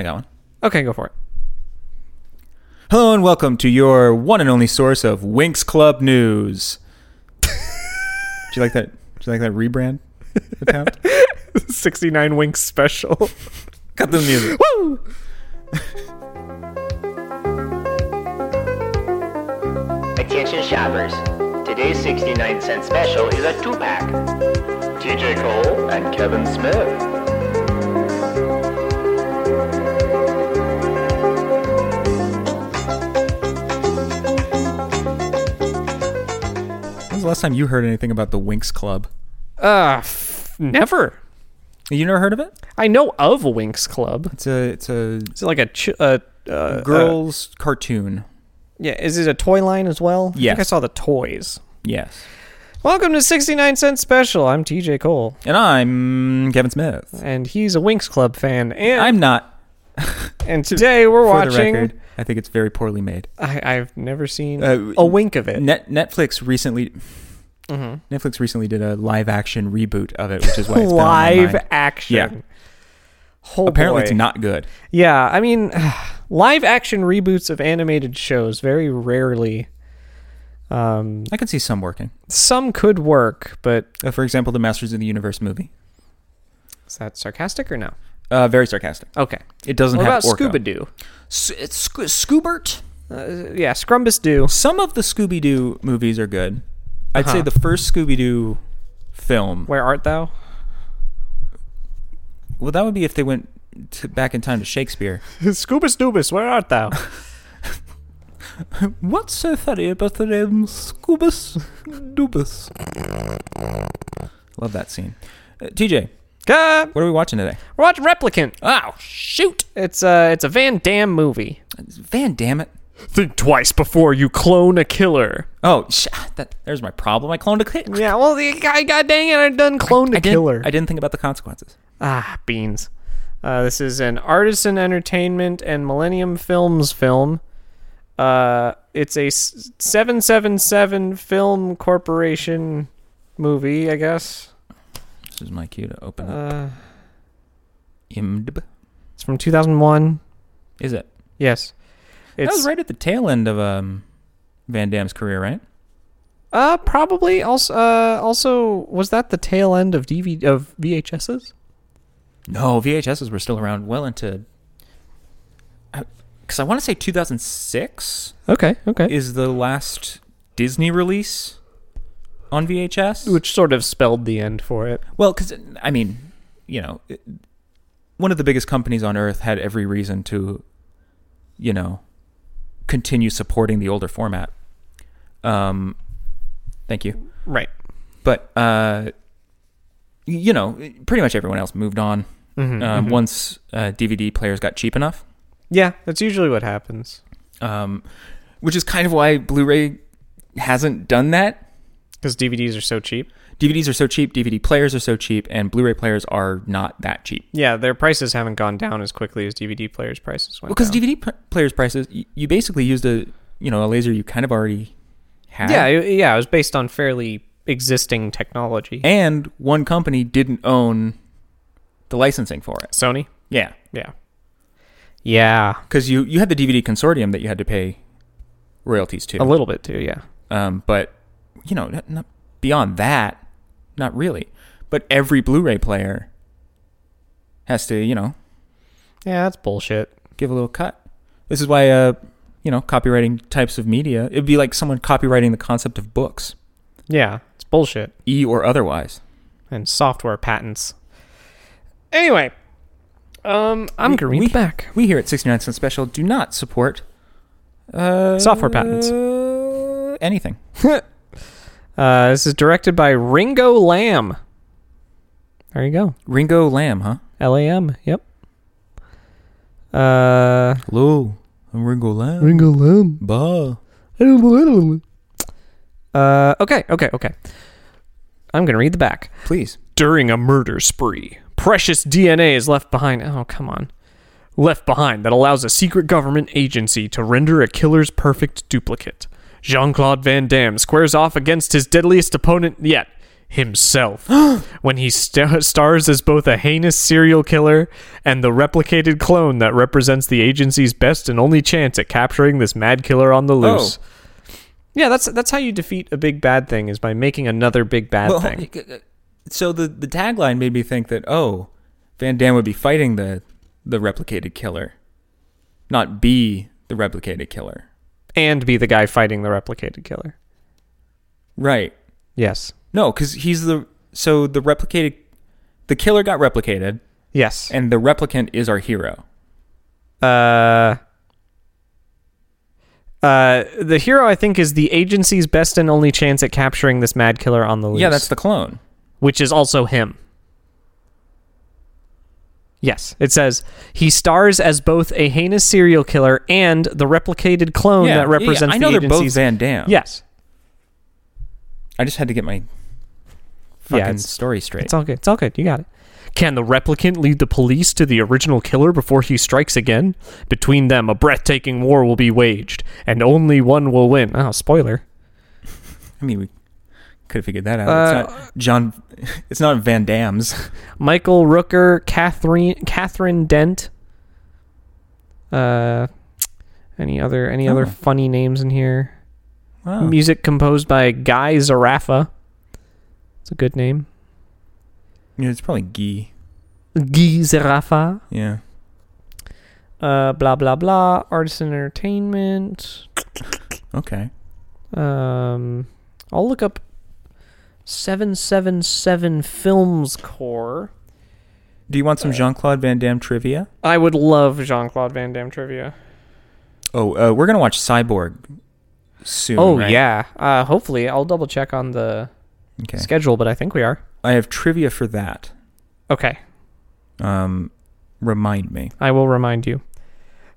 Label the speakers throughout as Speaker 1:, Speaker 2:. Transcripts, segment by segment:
Speaker 1: I got one.
Speaker 2: Okay, go for it.
Speaker 1: Hello and welcome to your one and only source of Winx Club news. do you like that? Do you like that rebrand? attempt?
Speaker 2: 69 Winks special.
Speaker 1: Cut the music.
Speaker 2: Woo!
Speaker 3: Attention shoppers. Today's 69 cent special is a two pack. TJ Cole and Kevin Smith.
Speaker 1: When was the last time you heard anything about the Winx Club?
Speaker 2: Uh, f- never.
Speaker 1: You never heard of it?
Speaker 2: I know of Winks Club.
Speaker 1: It's a it's a
Speaker 2: Is it like a ch- uh, uh, uh,
Speaker 1: girls cartoon.
Speaker 2: yeah, is it a toy line as well? I
Speaker 1: Yes.
Speaker 2: think I saw the toys.
Speaker 1: Yes.
Speaker 2: Welcome to 69 Cent Special. I'm TJ Cole,
Speaker 1: And I'm Kevin Smith.
Speaker 2: and he's a Winks Club fan. And,
Speaker 1: I'm not.
Speaker 2: and today we're
Speaker 1: For the
Speaker 2: watching.
Speaker 1: record, I think it's very poorly made.
Speaker 2: I, I've never seen
Speaker 1: Uh,
Speaker 2: a wink of it.
Speaker 1: Net, Netflix recently. Netflix recently did a live action reboot of it, which is why it's been on my
Speaker 2: live
Speaker 1: mind.
Speaker 2: action.
Speaker 1: Yeah.
Speaker 2: Oh,
Speaker 1: Apparently, it's
Speaker 2: boy.
Speaker 1: not good.
Speaker 2: Yeah, I mean, live action reboots of animated shows very rarely. Um,
Speaker 1: I can see some working.
Speaker 2: some could work, but
Speaker 1: Uh, for example, the Masters of the Universe movie.
Speaker 2: is that sarcastic or no?
Speaker 1: Uh, very sarcastic.
Speaker 2: Okay.
Speaker 1: It doesn't
Speaker 2: What
Speaker 1: have
Speaker 2: about
Speaker 1: Orca.
Speaker 2: Scuba Doo?
Speaker 1: S- it's Sco- Scoobert.
Speaker 2: Uh, Yeah, Scrumbus Doo.
Speaker 1: Some of the Scooby Doo movies are good. I'd say
Speaker 2: Uh-huh.
Speaker 1: the first Scooby Doo film.
Speaker 2: Where art thou?
Speaker 1: Well, that would be if they went to, back in time to Shakespeare.
Speaker 2: Scoobus Doobus, where art thou?
Speaker 1: What's so funny about the name Scoobus Doobus? Love that scene. Uh, TJ,
Speaker 2: uh,
Speaker 1: what are we watching today?
Speaker 2: watch Replicant.
Speaker 1: Oh, shoot!
Speaker 2: It's uh, it's a Van Damme movie.
Speaker 1: Van damn it.
Speaker 2: Think twice before you clone a killer.
Speaker 1: Oh, sh- that, there's my problem. I cloned a kid.
Speaker 2: Yeah, well, the guy, god dang it, I done cloned a
Speaker 1: I didn't,
Speaker 2: killer.
Speaker 1: I didn't think about the consequences.
Speaker 2: Ah, beans. Uh, this is an Artisan Entertainment and Millennium Films film. Uh, it's a s- 777 Film Corporation movie, I guess.
Speaker 1: This is my cue to open up.
Speaker 2: Uh,
Speaker 1: IMDb.
Speaker 2: it's from 2001.
Speaker 1: Is it?
Speaker 2: Yes.
Speaker 1: that
Speaker 2: It's
Speaker 1: was right at the tail end of um, Van Damme's career, right?
Speaker 2: uh probably also uh also was that the tail end of DV of VHSs?
Speaker 1: No, VHSs were still around well into. Because I want to say 2006
Speaker 2: Okay, okay.
Speaker 1: is the last Disney release on VHS.
Speaker 2: Which sort of spelled the end for it.
Speaker 1: well, because, I mean, you know, it- one of the biggest companies on earth had every reason to, you know, continue supporting the older format. Um, thank you.
Speaker 2: Right.
Speaker 1: but uh, y- you know, pretty much everyone else moved on um, once uh, DVD players got cheap enough,
Speaker 2: Yeah, that's usually what happens.
Speaker 1: um, which is kind of why Blu-ray hasn't done that.
Speaker 2: Cuz DVDs are so cheap.
Speaker 1: DVDs are so cheap, DVD players are so cheap, and Blu-ray players are not that cheap.
Speaker 2: Yeah, their prices haven't gone down as quickly as DVD players' prices went
Speaker 1: Because
Speaker 2: down.
Speaker 1: DVD p- players' prices, y- you basically used a you know a laser you kind of already had.
Speaker 2: yeah, it, yeah, it was based on fairly existing technology.
Speaker 1: and one company didn't own the licensing for it.
Speaker 2: Sony.
Speaker 1: Yeah,
Speaker 2: Yeah. Yeah,
Speaker 1: because you you had the DVD consortium that you had to pay royalties to.
Speaker 2: a little bit too. Yeah.
Speaker 1: Um, but you know, not, not beyond that, not really. But every Blu-ray player has to, you know,
Speaker 2: Yeah, that's bullshit.
Speaker 1: give a little cut. This is why, uh, you know, copywriting types of media. It'd be like someone copywriting the concept of books,
Speaker 2: Yeah, it's bullshit.
Speaker 1: e or otherwise.
Speaker 2: And software patents. Anyway, um, I'm gonna read
Speaker 1: we-
Speaker 2: the back.
Speaker 1: We here at 69 Cent Special do not support uh,
Speaker 2: Software patents.
Speaker 1: uh, Anything.
Speaker 2: Uh, this is directed by Ringo Lamb. There you go.
Speaker 1: Ringo Lamb, huh?
Speaker 2: L A M. Yep. Uh,
Speaker 1: Hello, I'm Ringo Lamb.
Speaker 2: Ringo Lamb.
Speaker 1: Bah.
Speaker 2: Uh, okay, okay, okay. I'm gonna read the back.
Speaker 1: Please.
Speaker 2: During a murder spree, precious DNA is left behind. Oh, come on. Left behind that allows a secret government agency to render a killer's perfect duplicate. Jean Claude Van Damme squares off against his deadliest opponent yet. himself when he sta stars as both a heinous serial killer and the replicated clone that represents the agency's best and only chance at capturing this mad killer on the loose. Yeah, that's that's how you defeat a big bad thing is by making another big bad
Speaker 1: Well,
Speaker 2: thing.
Speaker 1: so the the tagline made me think that oh, Van Damme would be fighting the the replicated killer, not be the replicated killer.
Speaker 2: And be the guy fighting the replicated killer.
Speaker 1: Right.
Speaker 2: Yes.
Speaker 1: No, because he's the so the replicated the killer got replicated,
Speaker 2: Yes.
Speaker 1: and the replicant is our hero.
Speaker 2: uh uh, the hero, I think, is the agency's best and only chance at capturing this mad killer on the loose.
Speaker 1: Yeah, that's the clone.
Speaker 2: which is also him. Yes, it says he stars as both a heinous serial killer and the replicated clone
Speaker 1: yeah,
Speaker 2: Oh, that represents
Speaker 1: yeah, I know
Speaker 2: the
Speaker 1: they're both
Speaker 2: agency's.
Speaker 1: Van Damme.
Speaker 2: yes,
Speaker 1: I just had to get my
Speaker 2: Yeah,
Speaker 1: fucking
Speaker 2: it's-
Speaker 1: story straight.
Speaker 2: it's all good. It's all good. You got it. Can the replicant lead the police to the original killer before he strikes again? Between them, a breathtaking war will be waged, and only one will win. Oh, spoiler.
Speaker 1: I mean, we could have figured that out.
Speaker 2: Uh,
Speaker 1: it's not John. It's not Van Damme's.
Speaker 2: Michael Rooker, Catherine Catherine Dent. Uh, any other any other
Speaker 1: Oh.
Speaker 2: funny names in here?
Speaker 1: Wow.
Speaker 2: Music composed by Guy Zarafa. It's a good name.
Speaker 1: You know, it's probably Gee.
Speaker 2: Guy Zarafa.
Speaker 1: Yeah.
Speaker 2: Uh, blah blah blah. Artisan Entertainment.
Speaker 1: Okay.
Speaker 2: Um, I'll look up seven seven seven Films Core.
Speaker 1: Do you want
Speaker 2: Uh,
Speaker 1: some Jean Claude Van Damme trivia?
Speaker 2: I would love Jean Claude Van Damme trivia.
Speaker 1: Oh, uh, we're gonna watch Cyborg soon.
Speaker 2: Oh
Speaker 1: right?
Speaker 2: yeah. Uh, hopefully I'll double check on the
Speaker 1: Okay.
Speaker 2: schedule, but I think we are.
Speaker 1: I have trivia for that.
Speaker 2: Okay,
Speaker 1: Um, remind me.
Speaker 2: I will remind you.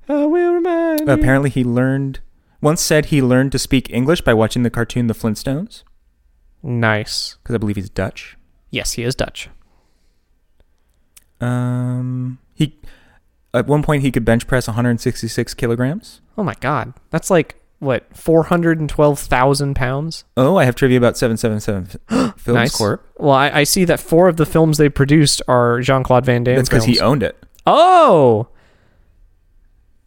Speaker 2: I will remind you.
Speaker 1: Apparently, he learned. Once said he learned to speak English by watching the cartoon The Flintstones,
Speaker 2: Nice.
Speaker 1: because I believe he's Dutch.
Speaker 2: Yes, he is Dutch.
Speaker 1: Um, he at one point he could bench press 166 kilograms.
Speaker 2: Oh my god, that's like what four hundred and twelve thousand pounds.
Speaker 1: Oh, I have trivia about 777 Films
Speaker 2: nice.
Speaker 1: Corp.
Speaker 2: Well, I, I see that four of the films they produced are Jean Claude Van Damme
Speaker 1: That's because
Speaker 2: films.
Speaker 1: he owned it.
Speaker 2: oh.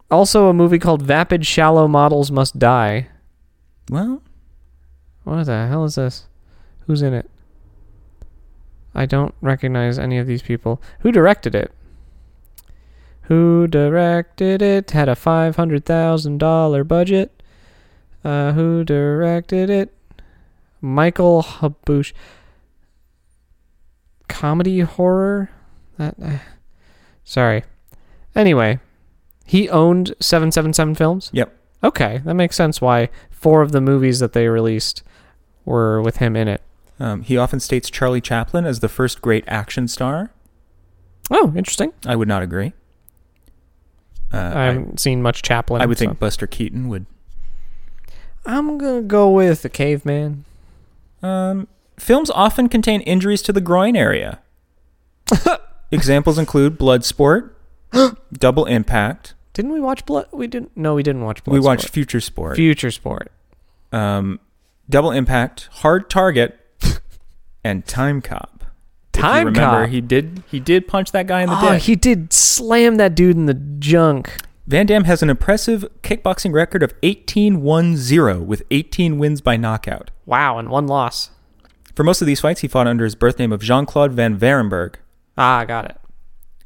Speaker 2: Also, a movie called Vapid Shallow Models Must Die.
Speaker 1: Well,
Speaker 2: What the hell is this? Who's in it? I don't recognize any of these people. Who directed it? Who directed it? Had a five hundred thousand dollar budget. Uh, who directed it? Michael Habush. Comedy horror. That. eh. sorry. Anyway, he owned Seven Seven Seven Films.
Speaker 1: Yep.
Speaker 2: Okay, that makes sense. Why four of the movies that they released were with him in it?
Speaker 1: um, he often states Charlie Chaplin as the first great action star.
Speaker 2: Oh, interesting.
Speaker 1: I would not agree. Uh,
Speaker 2: I
Speaker 1: I,
Speaker 2: haven't seen much Chaplin.
Speaker 1: I would
Speaker 2: so-
Speaker 1: think Buster Keaton would.
Speaker 2: I'm gonna go with the caveman.
Speaker 1: Um, films often contain injuries to the groin area. Examples include Bloodsport, Double Impact.
Speaker 2: Didn't we watch Blood? We didn't. No, we didn't watch Blood.
Speaker 1: we watched Future Sport.
Speaker 2: Future Sport.
Speaker 1: um, Double Impact, Hard Target, and Time Cop. If you
Speaker 2: Time
Speaker 1: remember,
Speaker 2: Cop.
Speaker 1: He did. He did punch that guy in the
Speaker 2: Oh,
Speaker 1: dick.
Speaker 2: he did slam that dude in the junk.
Speaker 1: Van Damme has an impressive kickboxing record of 18-1-0 with 18 wins by knockout.
Speaker 2: Wow, and one loss.
Speaker 1: For most of these fights, he fought under his birth name of Jean-Claude Van Varenberg.
Speaker 2: Ah, got it.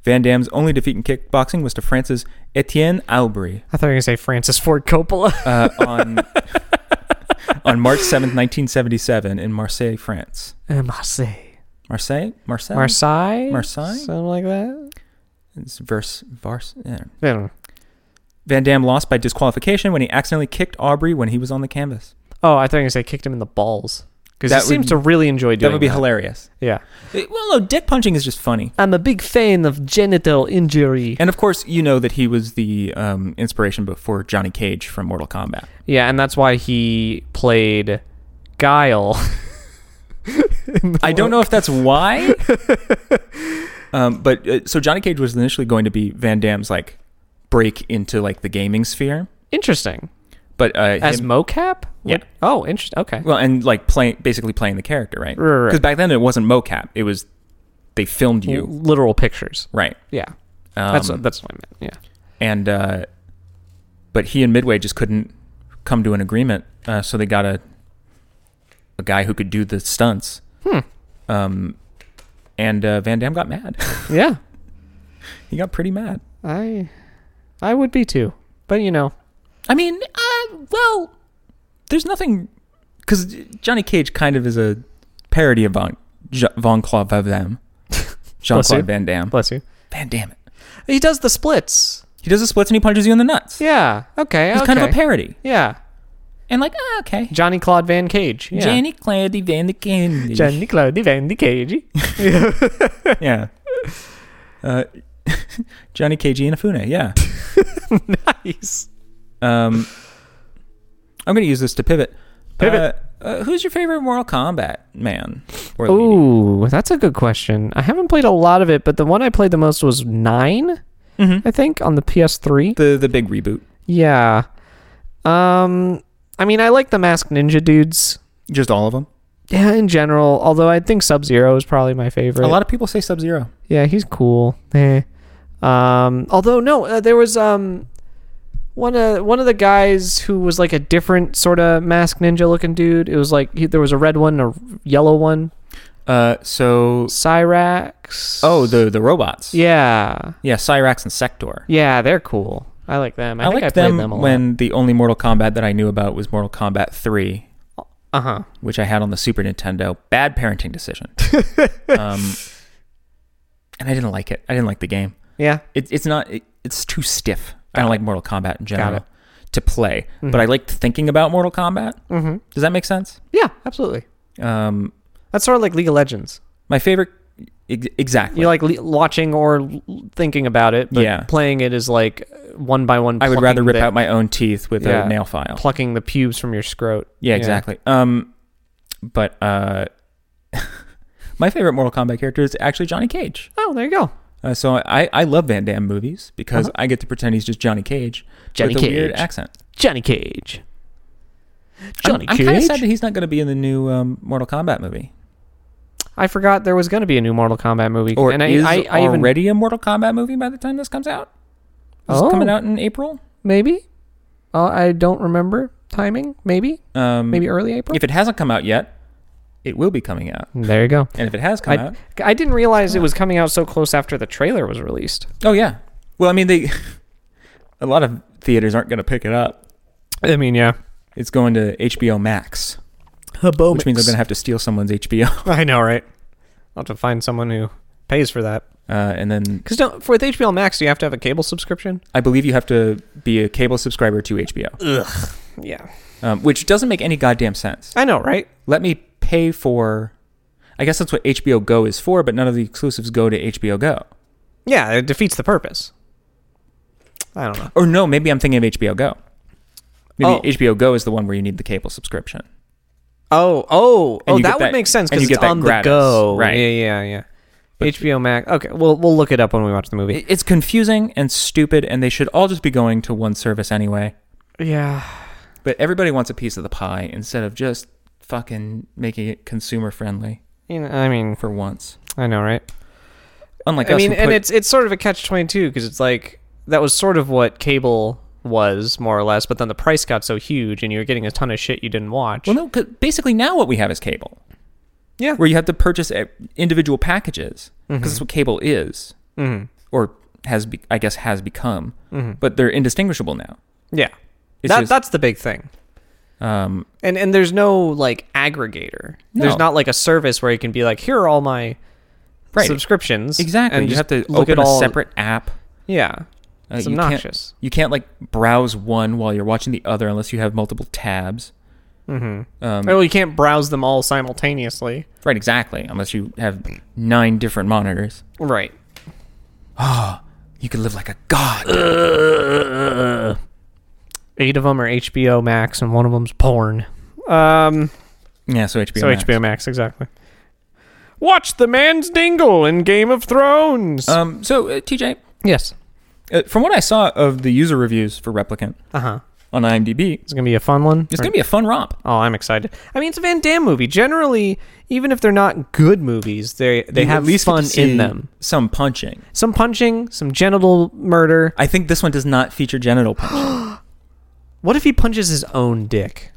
Speaker 1: Van Damme's only defeat in kickboxing was to France's Etienne Aubry
Speaker 2: I thought you were gonna say Francis Ford Coppola.
Speaker 1: uh, on on March 7th, 1977 in Marseille, France.
Speaker 2: Uh, Marseille.
Speaker 1: Marseille? Marseille?
Speaker 2: Marseille.
Speaker 1: um, Marseille?
Speaker 2: Something like that.
Speaker 1: It's verse, verse, eh.
Speaker 2: I don't know.
Speaker 1: Van Damme lost by disqualification when he accidentally kicked Aubrey when he was on the canvas.
Speaker 2: Oh, I thought you were gonna say kicked him in the balls because he
Speaker 1: That would-
Speaker 2: seems to really enjoy doing
Speaker 1: That would be hilarious.
Speaker 2: Yeah.
Speaker 1: Eh, Well, no, dick punching is just funny.
Speaker 2: I'm a big fan of genital injury.
Speaker 1: And of course, you know that he was the um, inspiration before Johnny Cage from Mortal Kombat.
Speaker 2: Yeah, and that's why he played Guile.
Speaker 1: I don't know if that's why. um, but uh, so Johnny Cage was initially going to be Van Damme's like break into like the gaming sphere,
Speaker 2: Interesting.
Speaker 1: But uh,
Speaker 2: as
Speaker 1: him-
Speaker 2: mocap.
Speaker 1: Yeah.
Speaker 2: What- Oh, interesting. Okay.
Speaker 1: well, and like playing basically playing the character, right?
Speaker 2: Right, right, right.
Speaker 1: Because back then it wasn't mocap; it was they filmed you,
Speaker 2: Literal pictures.
Speaker 1: right?
Speaker 2: Yeah.
Speaker 1: Um,
Speaker 2: That's what, that's what I meant. Yeah.
Speaker 1: and uh, but he and Midway just couldn't come to an agreement, uh, so they got a a guy who could do the stunts.
Speaker 2: Hmm.
Speaker 1: Um, and uh, Van Damme got mad.
Speaker 2: Yeah.
Speaker 1: he got pretty mad.
Speaker 2: I I would be too. But you know,
Speaker 1: I mean, uh, well, there's nothing because Johnny Cage kind of is a parody of Von Jo- Von Claude Van Damme. Jean
Speaker 2: Bless you.
Speaker 1: Claude Van Damme.
Speaker 2: bless you.
Speaker 1: Van Damme.
Speaker 2: He does the splits.
Speaker 1: He does the splits and he punches you in the nuts.
Speaker 2: Yeah. Okay.
Speaker 1: it's
Speaker 2: okay.
Speaker 1: kind of a parody.
Speaker 2: Yeah.
Speaker 1: And like, ah, okay.
Speaker 2: Johnny Claude Van Cage. Yeah.
Speaker 1: Johnny Claude Van Damme.
Speaker 2: Johnny Claude Van Cage.
Speaker 1: yeah. Uh, Johnny Cagey and Afune, yeah.
Speaker 2: nice.
Speaker 1: Um, I'm going to use this to pivot.
Speaker 2: Pivot.
Speaker 1: Uh, uh, who's your favorite Mortal Kombat man? Or lady?
Speaker 2: Ooh, that's a good question. I haven't played a lot of it, but the one I played the most was 9 I think, on the PS3.
Speaker 1: Mm-hmm. The, the big reboot.
Speaker 2: Yeah. Um, I mean, I like the Masked Ninja dudes.
Speaker 1: Just all of them?
Speaker 2: Yeah, in general. Although I think Sub Zero is probably my favorite.
Speaker 1: A lot of people say Sub Zero.
Speaker 2: Yeah, he's cool. Eh. Um, although no, uh, there was um one of one of the guys who was like a different sort of mask ninja looking dude. It was like he, there was a red one, a yellow one,
Speaker 1: Uh, so
Speaker 2: Cyrax.
Speaker 1: oh, the the robots.
Speaker 2: yeah,
Speaker 1: yeah, Cyrax and Sector.
Speaker 2: yeah, they're cool. I like them. I,
Speaker 1: I,
Speaker 2: think
Speaker 1: liked
Speaker 2: I played
Speaker 1: them,
Speaker 2: them, a lot.
Speaker 1: when the only Mortal Kombat that I knew about was Mortal Kombat Three,
Speaker 2: Uh huh.
Speaker 1: which I had on the Super Nintendo. Bad parenting decision. um, and I didn't like it. I didn't like the game.
Speaker 2: Yeah.
Speaker 1: It, it's not. It, it's too stiff. I don't like Mortal Kombat in general
Speaker 2: it.
Speaker 1: to play, but I liked thinking about Mortal Kombat.
Speaker 2: Mm-hmm.
Speaker 1: Does that make sense?
Speaker 2: Yeah. Absolutely.
Speaker 1: Um,
Speaker 2: That's sort of like League of Legends.
Speaker 1: my favorite, ex- exactly.
Speaker 2: You like le- watching or l- thinking about it, but
Speaker 1: Yeah.
Speaker 2: playing it is like one by one.
Speaker 1: I would rather
Speaker 2: plucking
Speaker 1: rip
Speaker 2: the-
Speaker 1: out my own teeth with
Speaker 2: Yeah.
Speaker 1: a nail file.
Speaker 2: plucking the pubes from your scrot.
Speaker 1: Yeah, exactly. Um, but uh, my favorite Mortal Kombat character is actually Johnny Cage.
Speaker 2: Oh, there you go.
Speaker 1: Uh, so I, I love Van Damme movies because I get to pretend he's just Johnny Cage
Speaker 2: Uh-huh. Johnny
Speaker 1: with a weird
Speaker 2: Cage.
Speaker 1: accent.
Speaker 2: Johnny Cage.
Speaker 1: I'm-
Speaker 2: Johnny
Speaker 1: I'm,
Speaker 2: Cage.
Speaker 1: kind of sad that he's not going to be in the new um, Mortal Kombat movie,
Speaker 2: I forgot there was going to be a new Mortal Kombat movie,
Speaker 1: or
Speaker 2: and I,
Speaker 1: is
Speaker 2: I, I even
Speaker 1: already a Mortal Kombat movie by the time this comes out. This
Speaker 2: Oh.
Speaker 1: is coming out in April.
Speaker 2: maybe. Uh, I don't remember timing. Maybe,
Speaker 1: Um,
Speaker 2: maybe early April.
Speaker 1: if it hasn't come out yet, it will be coming out.
Speaker 2: there you go.
Speaker 1: And if it has come
Speaker 2: I,
Speaker 1: out,
Speaker 2: I didn't realize it was coming out so close after the trailer was released.
Speaker 1: oh yeah. Well, I mean, they a lot of theaters aren't going to pick it up.
Speaker 2: I mean, yeah.
Speaker 1: It's going to HBO Max,
Speaker 2: Oh,
Speaker 1: which means I'm going to have to steal someone's HBO.
Speaker 2: I know, right? I'll have to find someone who pays for that.
Speaker 1: Uh, and then
Speaker 2: Because don't for with HBO Max, do you have to have a cable subscription?
Speaker 1: I believe you have to be a cable subscriber to HBO,
Speaker 2: Yeah,
Speaker 1: um, which doesn't make any goddamn sense.
Speaker 2: I know, right?
Speaker 1: Let me pay for. I guess that's what HBO Go is for, but none of the exclusives go to HBO Go.
Speaker 2: Yeah, it defeats the purpose. I don't know.
Speaker 1: Or no, maybe I'm thinking of HBO Go. Maybe
Speaker 2: Oh.
Speaker 1: HBO Go is the one where you need the cable subscription.
Speaker 2: Oh, oh,
Speaker 1: And
Speaker 2: oh!
Speaker 1: you
Speaker 2: That
Speaker 1: get
Speaker 2: would
Speaker 1: that-
Speaker 2: make sense
Speaker 1: and
Speaker 2: because
Speaker 1: you
Speaker 2: it's
Speaker 1: get that
Speaker 2: on
Speaker 1: gratis,
Speaker 2: the go.
Speaker 1: right.
Speaker 2: Yeah, yeah, yeah. HBO Max. Okay, we'll we'll look it up when we watch the movie.
Speaker 1: It- It's confusing and stupid, and they should all just be going to one service anyway.
Speaker 2: yeah.
Speaker 1: But everybody wants a piece of the pie instead of just fucking making it consumer friendly
Speaker 2: You know, I mean,
Speaker 1: for once.
Speaker 2: I know, right?
Speaker 1: Unlike
Speaker 2: I
Speaker 1: us,
Speaker 2: mean,
Speaker 1: who
Speaker 2: and
Speaker 1: put-
Speaker 2: it's it's sort of a catch twenty two because it's like that was sort of what cable was more or less, but then the price got so huge and you were getting a ton of shit you didn't watch.
Speaker 1: well, no, 'cause basically now what we have is cable.
Speaker 2: Yeah. Mm-hmm.
Speaker 1: where you have to purchase uh, individual packages because that's what cable is,
Speaker 2: Mhm.
Speaker 1: or has be- I guess has become,
Speaker 2: Mm-hmm.
Speaker 1: but they're indistinguishable now.
Speaker 2: Yeah,
Speaker 1: It's
Speaker 2: that
Speaker 1: just-
Speaker 2: that's the big thing.
Speaker 1: Um,
Speaker 2: And and there's no like aggregator. There's
Speaker 1: No.
Speaker 2: not like a service where you can be like, here are all my
Speaker 1: Right.
Speaker 2: subscriptions.
Speaker 1: exactly,
Speaker 2: And
Speaker 1: you have
Speaker 2: just
Speaker 1: to
Speaker 2: look
Speaker 1: open
Speaker 2: at
Speaker 1: a
Speaker 2: all
Speaker 1: separate app.
Speaker 2: Yeah.
Speaker 1: Uh,
Speaker 2: It's
Speaker 1: you can't-
Speaker 2: obnoxious.
Speaker 1: You can't, like browse one while you're watching the other unless you have multiple tabs. um,
Speaker 2: Oh, you can't browse them all simultaneously.
Speaker 1: Right, exactly. Unless you have nine different monitors,
Speaker 2: Right.
Speaker 1: you can live like a god.
Speaker 2: Eight of them are HBO Max, and one of them's porn. Um,
Speaker 1: yeah, so HBO.
Speaker 2: so
Speaker 1: Max.
Speaker 2: HBO Max, exactly. Watch the man's dingle in Game of Thrones.
Speaker 1: Um, so uh, TJ,
Speaker 2: yes.
Speaker 1: uh, from what I saw of the user reviews for Replicant,
Speaker 2: Uh huh.
Speaker 1: on IMDb.
Speaker 2: It's gonna be a fun one.
Speaker 1: It's gonna be a fun romp.
Speaker 2: Oh, I'm excited. I mean, it's a Van Damme movie. Generally, even if they're not good movies, they they
Speaker 1: You
Speaker 2: have
Speaker 1: at least get to
Speaker 2: fun
Speaker 1: see
Speaker 2: in them.
Speaker 1: Some punching.
Speaker 2: Some punching, some genital murder.
Speaker 1: I think this one does not feature genital punching.
Speaker 2: What if he punches his own dick?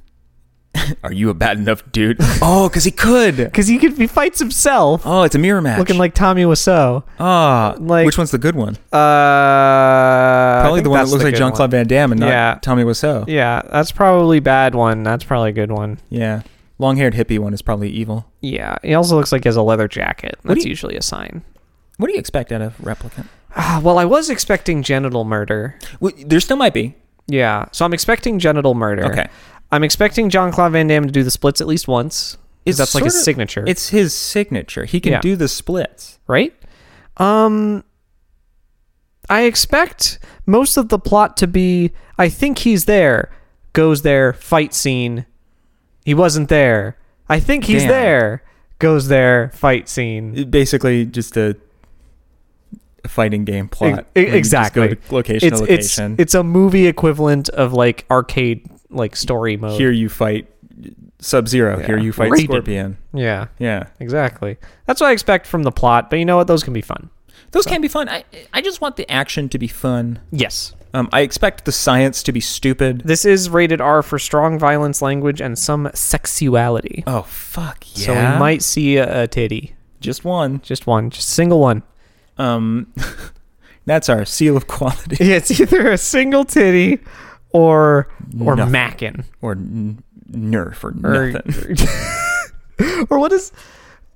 Speaker 1: Are you a bad enough dude? Oh, because he could.
Speaker 2: Because he could he fights himself,
Speaker 1: Oh, it's a mirror match.
Speaker 2: looking like Tommy Wiseau.
Speaker 1: ah,
Speaker 2: like-
Speaker 1: which one's the good one?
Speaker 2: Uh, I
Speaker 1: Probably
Speaker 2: think
Speaker 1: the one that
Speaker 2: that's
Speaker 1: looks like
Speaker 2: good
Speaker 1: Jean Claude
Speaker 2: one.
Speaker 1: Van Damme and not
Speaker 2: Yeah.
Speaker 1: Tommy Wiseau. Yeah.
Speaker 2: Yeah, that's probably bad one. That's probably a good one.
Speaker 1: long-haired hippie one is probably evil.
Speaker 2: Yeah, he also looks like he has a leather jacket.
Speaker 1: do
Speaker 2: That's
Speaker 1: you-
Speaker 2: usually a sign.
Speaker 1: What do you expect out of replicant?
Speaker 2: Ah, well, I was expecting genital murder.
Speaker 1: Well, there still might be.
Speaker 2: Yeah, so I'm expecting genital murder.
Speaker 1: Okay.
Speaker 2: I'm expecting John Claude Van Damme to do the splits at least once. 'cause that's like his
Speaker 1: sorta-
Speaker 2: signature.
Speaker 1: It's his signature. He can
Speaker 2: Yeah.
Speaker 1: do the splits.
Speaker 2: right? Um I expect most of the plot to be I think he's there, goes there, fight scene. He wasn't there. I think he's
Speaker 1: Damn.
Speaker 2: there, goes there, fight scene.
Speaker 1: Basically, just a a fighting game plot.
Speaker 2: Ex- e,
Speaker 1: where you just
Speaker 2: exactly.
Speaker 1: go to location
Speaker 2: it's,
Speaker 1: to
Speaker 2: it's
Speaker 1: location.
Speaker 2: it's a movie equivalent of like arcade like story mode.
Speaker 1: here you fight Sub Zero. Here you fight
Speaker 2: Raiden.
Speaker 1: Scorpion.
Speaker 2: Yeah,
Speaker 1: Yeah,
Speaker 2: exactly. That's what I expect from the plot, but you know what? Those can be fun.
Speaker 1: those can be fun. I I just want the action to be fun.
Speaker 2: Yes.
Speaker 1: Um, I expect the science to be stupid.
Speaker 2: This is rated R for strong violence language and some sexuality.
Speaker 1: Oh fuck yeah!
Speaker 2: So we might see a, a titty.
Speaker 1: just one.
Speaker 2: Just one, just a single one.
Speaker 1: Um, that's our seal of quality.
Speaker 2: Yeah, it's either a single titty or or
Speaker 1: Nothing.
Speaker 2: mackin
Speaker 1: or n- nerf or
Speaker 2: or
Speaker 1: nothing.
Speaker 2: or what is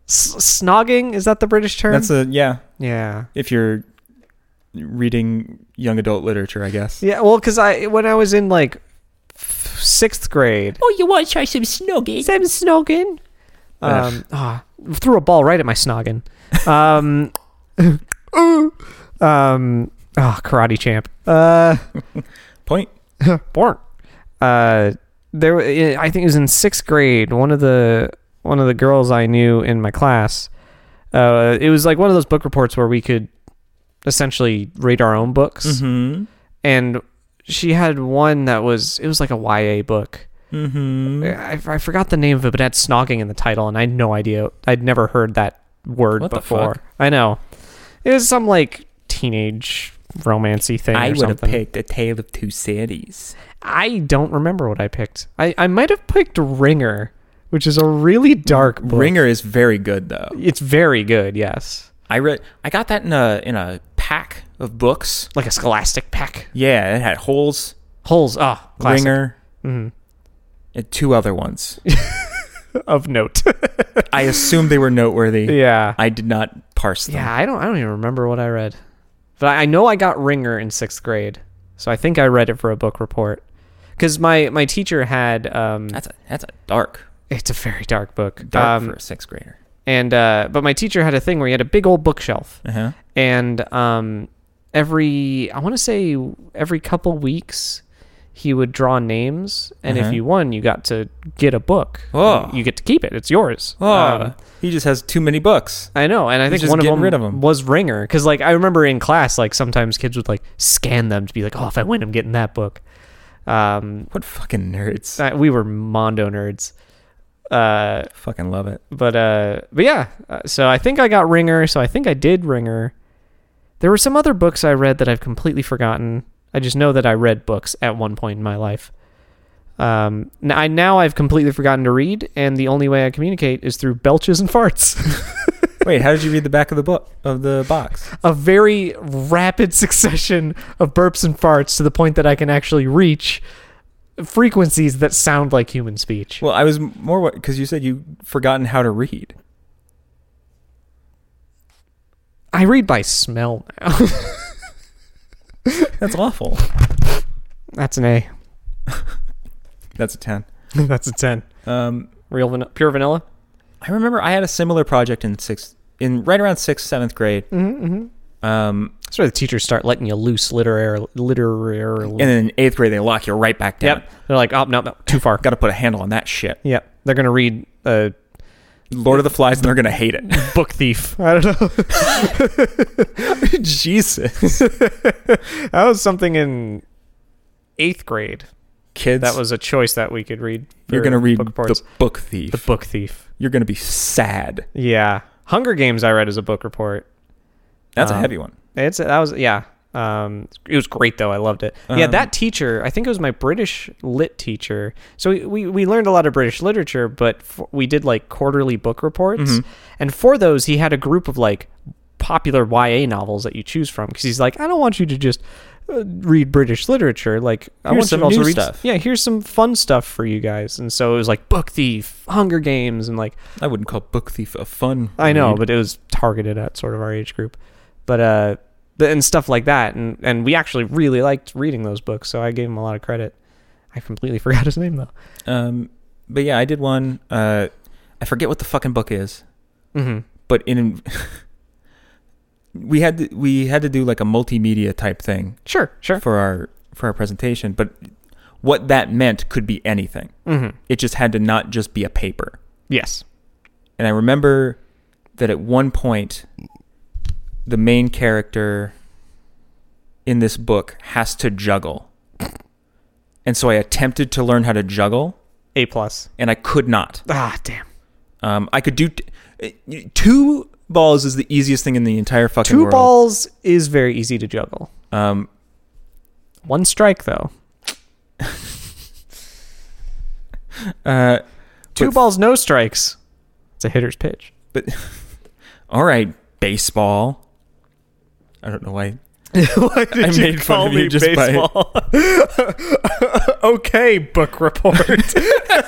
Speaker 2: s- snogging? Is that the British term?
Speaker 1: That's a yeah.
Speaker 2: yeah.
Speaker 1: If you're reading young adult literature, I guess.
Speaker 2: Yeah, well, because I when I was in like f- sixth grade,
Speaker 1: Oh, you want to try some snogging?
Speaker 2: I'm snogging. Um, ah, threw a ball right at my snogging. Um, ooh. um, ah, karate champ. Uh,
Speaker 1: Point.
Speaker 2: born. Uh, there, wa- I think it was in sixth grade. One of the one of the girls I knew in my class. Uh, it was like one of those book reports where we could essentially rate our own books,
Speaker 1: Hmm.
Speaker 2: and she had one that was it was like a YA book.
Speaker 1: Hmm.
Speaker 2: I, I forgot the name of it, but it had snogging in the title, and I had no idea. I'd never heard that word
Speaker 1: What the
Speaker 2: before.
Speaker 1: fuck?
Speaker 2: I know. It was some like teenage romancy thing.
Speaker 1: I
Speaker 2: or
Speaker 1: would have
Speaker 2: something.
Speaker 1: picked A Tale of Two Cities.
Speaker 2: I don't remember what I picked. I, I might have picked Ringer, which is a really dark book.
Speaker 1: Ringer is very good though.
Speaker 2: It's very good, yes.
Speaker 1: I read. I got that in a in a pack of books.
Speaker 2: Like a scholastic pack.
Speaker 1: Yeah, it had holes.
Speaker 2: Holes. Ah, classic. Mm-hmm.
Speaker 1: Ringer. And two other ones.
Speaker 2: of note.
Speaker 1: I assume they were noteworthy.
Speaker 2: yeah.
Speaker 1: I did not parse them.
Speaker 2: yeah, I don't I don't even remember what I read. But I, I know I got Ringer in 6th grade. So I think I read it for a book report. Cuz my my teacher had um
Speaker 1: That's a that's a dark
Speaker 2: it's a very dark book.
Speaker 1: dark
Speaker 2: um
Speaker 1: for a sixth grader.
Speaker 2: and uh but my teacher had a thing where he had a big old bookshelf.
Speaker 1: Uh huh.
Speaker 2: and um, every I want to say every couple weeks he would draw names, and if
Speaker 1: Uh-huh.
Speaker 2: you won, you got to get a book.
Speaker 1: Oh.
Speaker 2: You get to keep it; it's yours.
Speaker 1: Oh,
Speaker 2: Um,
Speaker 1: he just has too many books.
Speaker 2: I know, and I think
Speaker 1: just
Speaker 2: one of
Speaker 1: getting
Speaker 2: them,
Speaker 1: rid of 'em.
Speaker 2: was Ringer because, like, I remember in class, like sometimes kids would like scan them to be like, "Oh, if I win, I'm getting that book." Um,
Speaker 1: What fucking nerds?
Speaker 2: I- we were mondo nerds. Uh,
Speaker 1: fucking love it.
Speaker 2: but uh but yeah uh, so i think i got ringer so i think i did ringer there were some other books i read that i've completely forgotten i just know that i read books at one point in my life um n- i now i've completely forgotten to read and the only way i communicate is through belches and farts
Speaker 1: Wait, how did you read the back of the book of the box?
Speaker 2: a very rapid succession of burps and farts to the point that i can actually reach frequencies that sound like human speech
Speaker 1: Well, I was more because you said you forgotten how to read.
Speaker 2: i read by smell now
Speaker 1: That's awful.
Speaker 2: that's an a
Speaker 1: That's a ten.
Speaker 2: that's a 10
Speaker 1: Um,
Speaker 2: real van- pure vanilla
Speaker 1: I remember I had a similar project in sixth, in right around sixth, seventh grade.
Speaker 2: Mm-hmm.
Speaker 1: Um,
Speaker 2: That's where the teachers start letting you loose literary, literary.
Speaker 1: and then in eighth grade they lock you right back down.
Speaker 2: yep. They're like, oh no, no, too far.
Speaker 1: Got to put a handle on that shit.
Speaker 2: Yep. They're gonna read uh,
Speaker 1: Lord of the Flies, and they're gonna hate it.
Speaker 2: book thief. I don't know.
Speaker 1: Jesus.
Speaker 2: that was something in eighth grade.
Speaker 1: kids.
Speaker 2: That was a choice that we could read.
Speaker 1: you're
Speaker 2: for
Speaker 1: gonna read
Speaker 2: book
Speaker 1: the
Speaker 2: reports.
Speaker 1: book thief.
Speaker 2: the book thief.
Speaker 1: you're gonna be sad.
Speaker 2: Yeah, Hunger Games. I read as a book report.
Speaker 1: That's a
Speaker 2: Um,
Speaker 1: heavy one.
Speaker 2: It's that was yeah. Um, it was great though. I loved it. yeah,
Speaker 1: Um,
Speaker 2: that teacher. I think it was my British lit teacher. So we we, we learned a lot of British literature, but for, we did like quarterly book reports,
Speaker 1: Mm-hmm.
Speaker 2: and for those he had a group of like popular YA novels that you choose from because he's like, I don't want you to just uh, read British literature. Like I
Speaker 1: Here's
Speaker 2: want
Speaker 1: some
Speaker 2: you to also
Speaker 1: new
Speaker 2: read
Speaker 1: stuff.
Speaker 2: Yeah, here's some fun stuff for you guys. And so it was like Book Thief, Hunger Games, and like
Speaker 1: I wouldn't call book thief a fun.
Speaker 2: I know,
Speaker 1: read.
Speaker 2: but it was targeted at sort of our age group, but uh, but and stuff like that, and and we actually really liked reading those books, so I gave him a lot of credit. I completely forgot his name though.
Speaker 1: um, but yeah, I did one. Uh, I forget what the fucking book is,
Speaker 2: Mm-hmm.
Speaker 1: but in we had to, we had to do like a multimedia type thing
Speaker 2: Sure, sure.
Speaker 1: for our for our presentation, but what that meant could be anything.
Speaker 2: Mm-hmm.
Speaker 1: It just had to not just be a paper.
Speaker 2: Yes.
Speaker 1: And I remember that at one point the main character in this book has to juggle. And so I attempted to learn how to juggle
Speaker 2: A plus.
Speaker 1: and I could not.
Speaker 2: Ah, damn.
Speaker 1: Um, I could do t- two balls is the easiest thing in the entire fucking
Speaker 2: Two
Speaker 1: world.
Speaker 2: balls is very easy to juggle.
Speaker 1: Um,
Speaker 2: One strike though.
Speaker 1: uh,
Speaker 2: Two
Speaker 1: But-
Speaker 2: balls, no strikes. It's a hitter's pitch.
Speaker 1: all right, baseball. I don't know why
Speaker 2: Why did
Speaker 1: I made fun of you just by-
Speaker 2: okay, book report.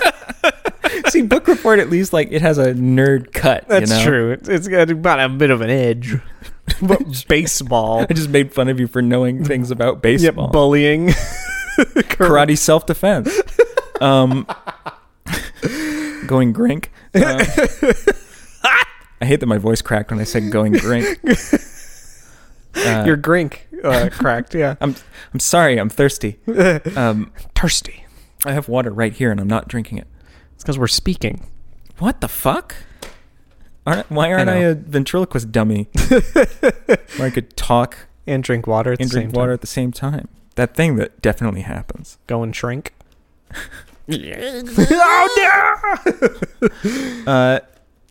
Speaker 1: See, book report at least like it has a nerd cut. you
Speaker 2: That's
Speaker 1: know?
Speaker 2: true. It's, it's got about a bit of an edge. But baseball.
Speaker 1: I just made fun of you for knowing things about
Speaker 2: Mm-hmm. Yep,
Speaker 1: baseball,
Speaker 2: bullying.
Speaker 1: karate, self defense, um, going grink. Um, I hate that my voice cracked when I said going grink. Uh,
Speaker 2: Your grink uh, cracked, yeah.
Speaker 1: I'm I'm sorry. I'm thirsty. Um,
Speaker 2: Thirsty.
Speaker 1: I have water right here, and I'm not drinking it.
Speaker 2: It's because we're speaking.
Speaker 1: What the fuck? Aren't, why aren't I,
Speaker 2: I know.
Speaker 1: a ventriloquist dummy? where I could talk
Speaker 2: And drink water at
Speaker 1: and
Speaker 2: the
Speaker 1: drink
Speaker 2: same
Speaker 1: water
Speaker 2: time.
Speaker 1: at the same time. That thing that definitely happens.
Speaker 2: Go and shrink. Oh,
Speaker 1: Uh,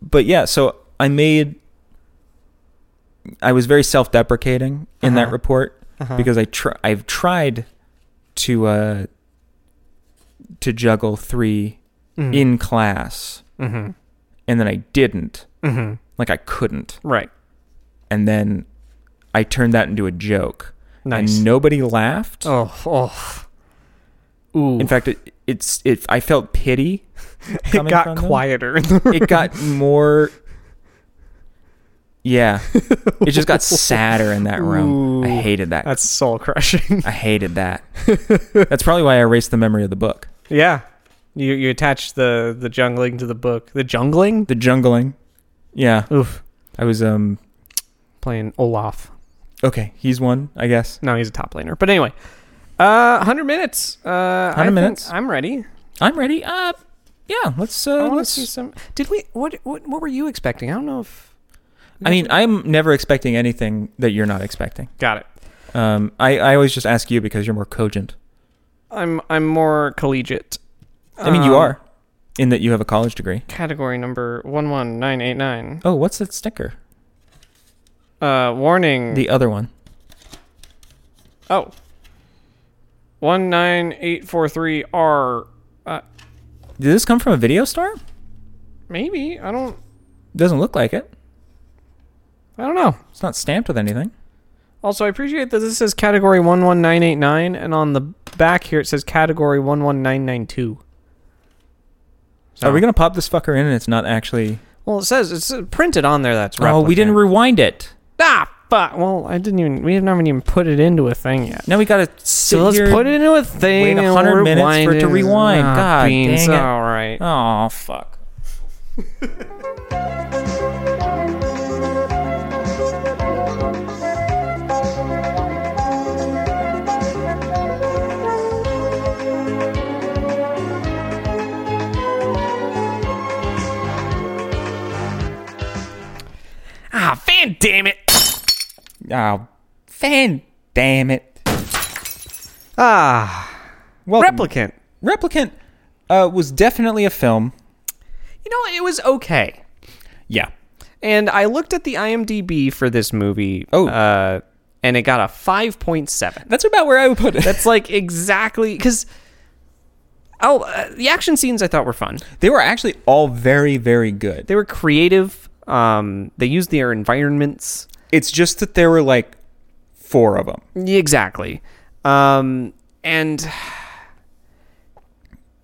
Speaker 1: but yeah, so I made. I was very self-deprecating in that
Speaker 2: Uh-huh.
Speaker 1: report because I tr- I've tried to uh, to juggle 3
Speaker 2: Hmm. Mm.
Speaker 1: in class,
Speaker 2: Mm-hmm.
Speaker 1: and then I didn't.
Speaker 2: Mm-hmm.
Speaker 1: Like I couldn't,
Speaker 2: Right.
Speaker 1: and then I turned that into a joke,
Speaker 2: Nice.
Speaker 1: and nobody laughed.
Speaker 2: Oh, oh. Ooh.
Speaker 1: In fact, it, it's it. I felt pity.
Speaker 2: it
Speaker 1: coming
Speaker 2: got
Speaker 1: from them.
Speaker 2: quieter. in the
Speaker 1: It got more. Yeah, it just got sadder in that room. I
Speaker 2: Ooh.
Speaker 1: hated that.
Speaker 2: That's soul crushing.
Speaker 1: I hated that. That's probably why I erased the memory of the book.
Speaker 2: yeah. You you attach the the jungling to the book. The jungling?
Speaker 1: The jungling. Yeah,
Speaker 2: Oof.
Speaker 1: I was um
Speaker 2: Playing Olaf.
Speaker 1: okay. He's one, I guess.
Speaker 2: No, he's a top laner. But anyway. Uh 100 minutes. Uh 100
Speaker 1: minutes.
Speaker 2: I'm ready.
Speaker 1: I'm ready. Uh, yeah. Let's.
Speaker 2: I
Speaker 1: Uh,
Speaker 2: want to
Speaker 1: let's.
Speaker 2: see some Did we what what what were you expecting? I don't know if
Speaker 1: I mean, I'm never expecting anything that you're not expecting.
Speaker 2: Got it.
Speaker 1: Um, I I always just ask you because you're more cogent.
Speaker 2: I'm I'm more collegiate.
Speaker 1: I mean, you
Speaker 2: Um,
Speaker 1: are, in that you have a college degree.
Speaker 2: Category number 11989.
Speaker 1: Oh, what's that sticker?
Speaker 2: Uh warning.
Speaker 1: The other one.
Speaker 2: oh. 19843R. Uh
Speaker 1: Did this come from a video store?
Speaker 2: maybe. I don't
Speaker 1: Doesn't look like it.
Speaker 2: I don't know.
Speaker 1: It's not stamped with anything.
Speaker 2: Also, I appreciate that this says category 11989, and on the back here it says category 11992. So,
Speaker 1: Are we gonna pop this fucker in and it's not actually?
Speaker 2: Well, it says it's uh, printed on there. That's
Speaker 1: Oh, we didn't
Speaker 2: replicant.
Speaker 1: rewind it.
Speaker 2: ah, fuck. Well, I didn't even. We haven't even put it into a thing yet.
Speaker 1: Now we gotta sit
Speaker 2: So let's
Speaker 1: here.
Speaker 2: put it into a thing.
Speaker 1: wait
Speaker 2: and
Speaker 1: 100 minutes for it to
Speaker 2: rewind
Speaker 1: rewind.
Speaker 2: Ah,
Speaker 1: God
Speaker 2: beans.
Speaker 1: dang it.
Speaker 2: All right.
Speaker 1: Oh fuck.
Speaker 2: Ah, fan, damn it.
Speaker 1: Oh, fan, damn it.
Speaker 2: Ah,
Speaker 1: Welcome,
Speaker 2: replicant.
Speaker 1: Ah. Replicant uh, was definitely a film.
Speaker 2: You know, it was okay.
Speaker 1: Yeah.
Speaker 2: And I looked at the IMDb for this movie.
Speaker 1: Oh.
Speaker 2: Uh, and it got a 5.7.
Speaker 1: That's about where I would put it.
Speaker 2: That's like exactly because. Oh, uh, the action scenes I thought were fun.
Speaker 1: they were actually all very, very good.
Speaker 2: They were creative. Um, they used their environments.
Speaker 1: It's just that there were like four of them.
Speaker 2: Yeah, Exactly. Um, and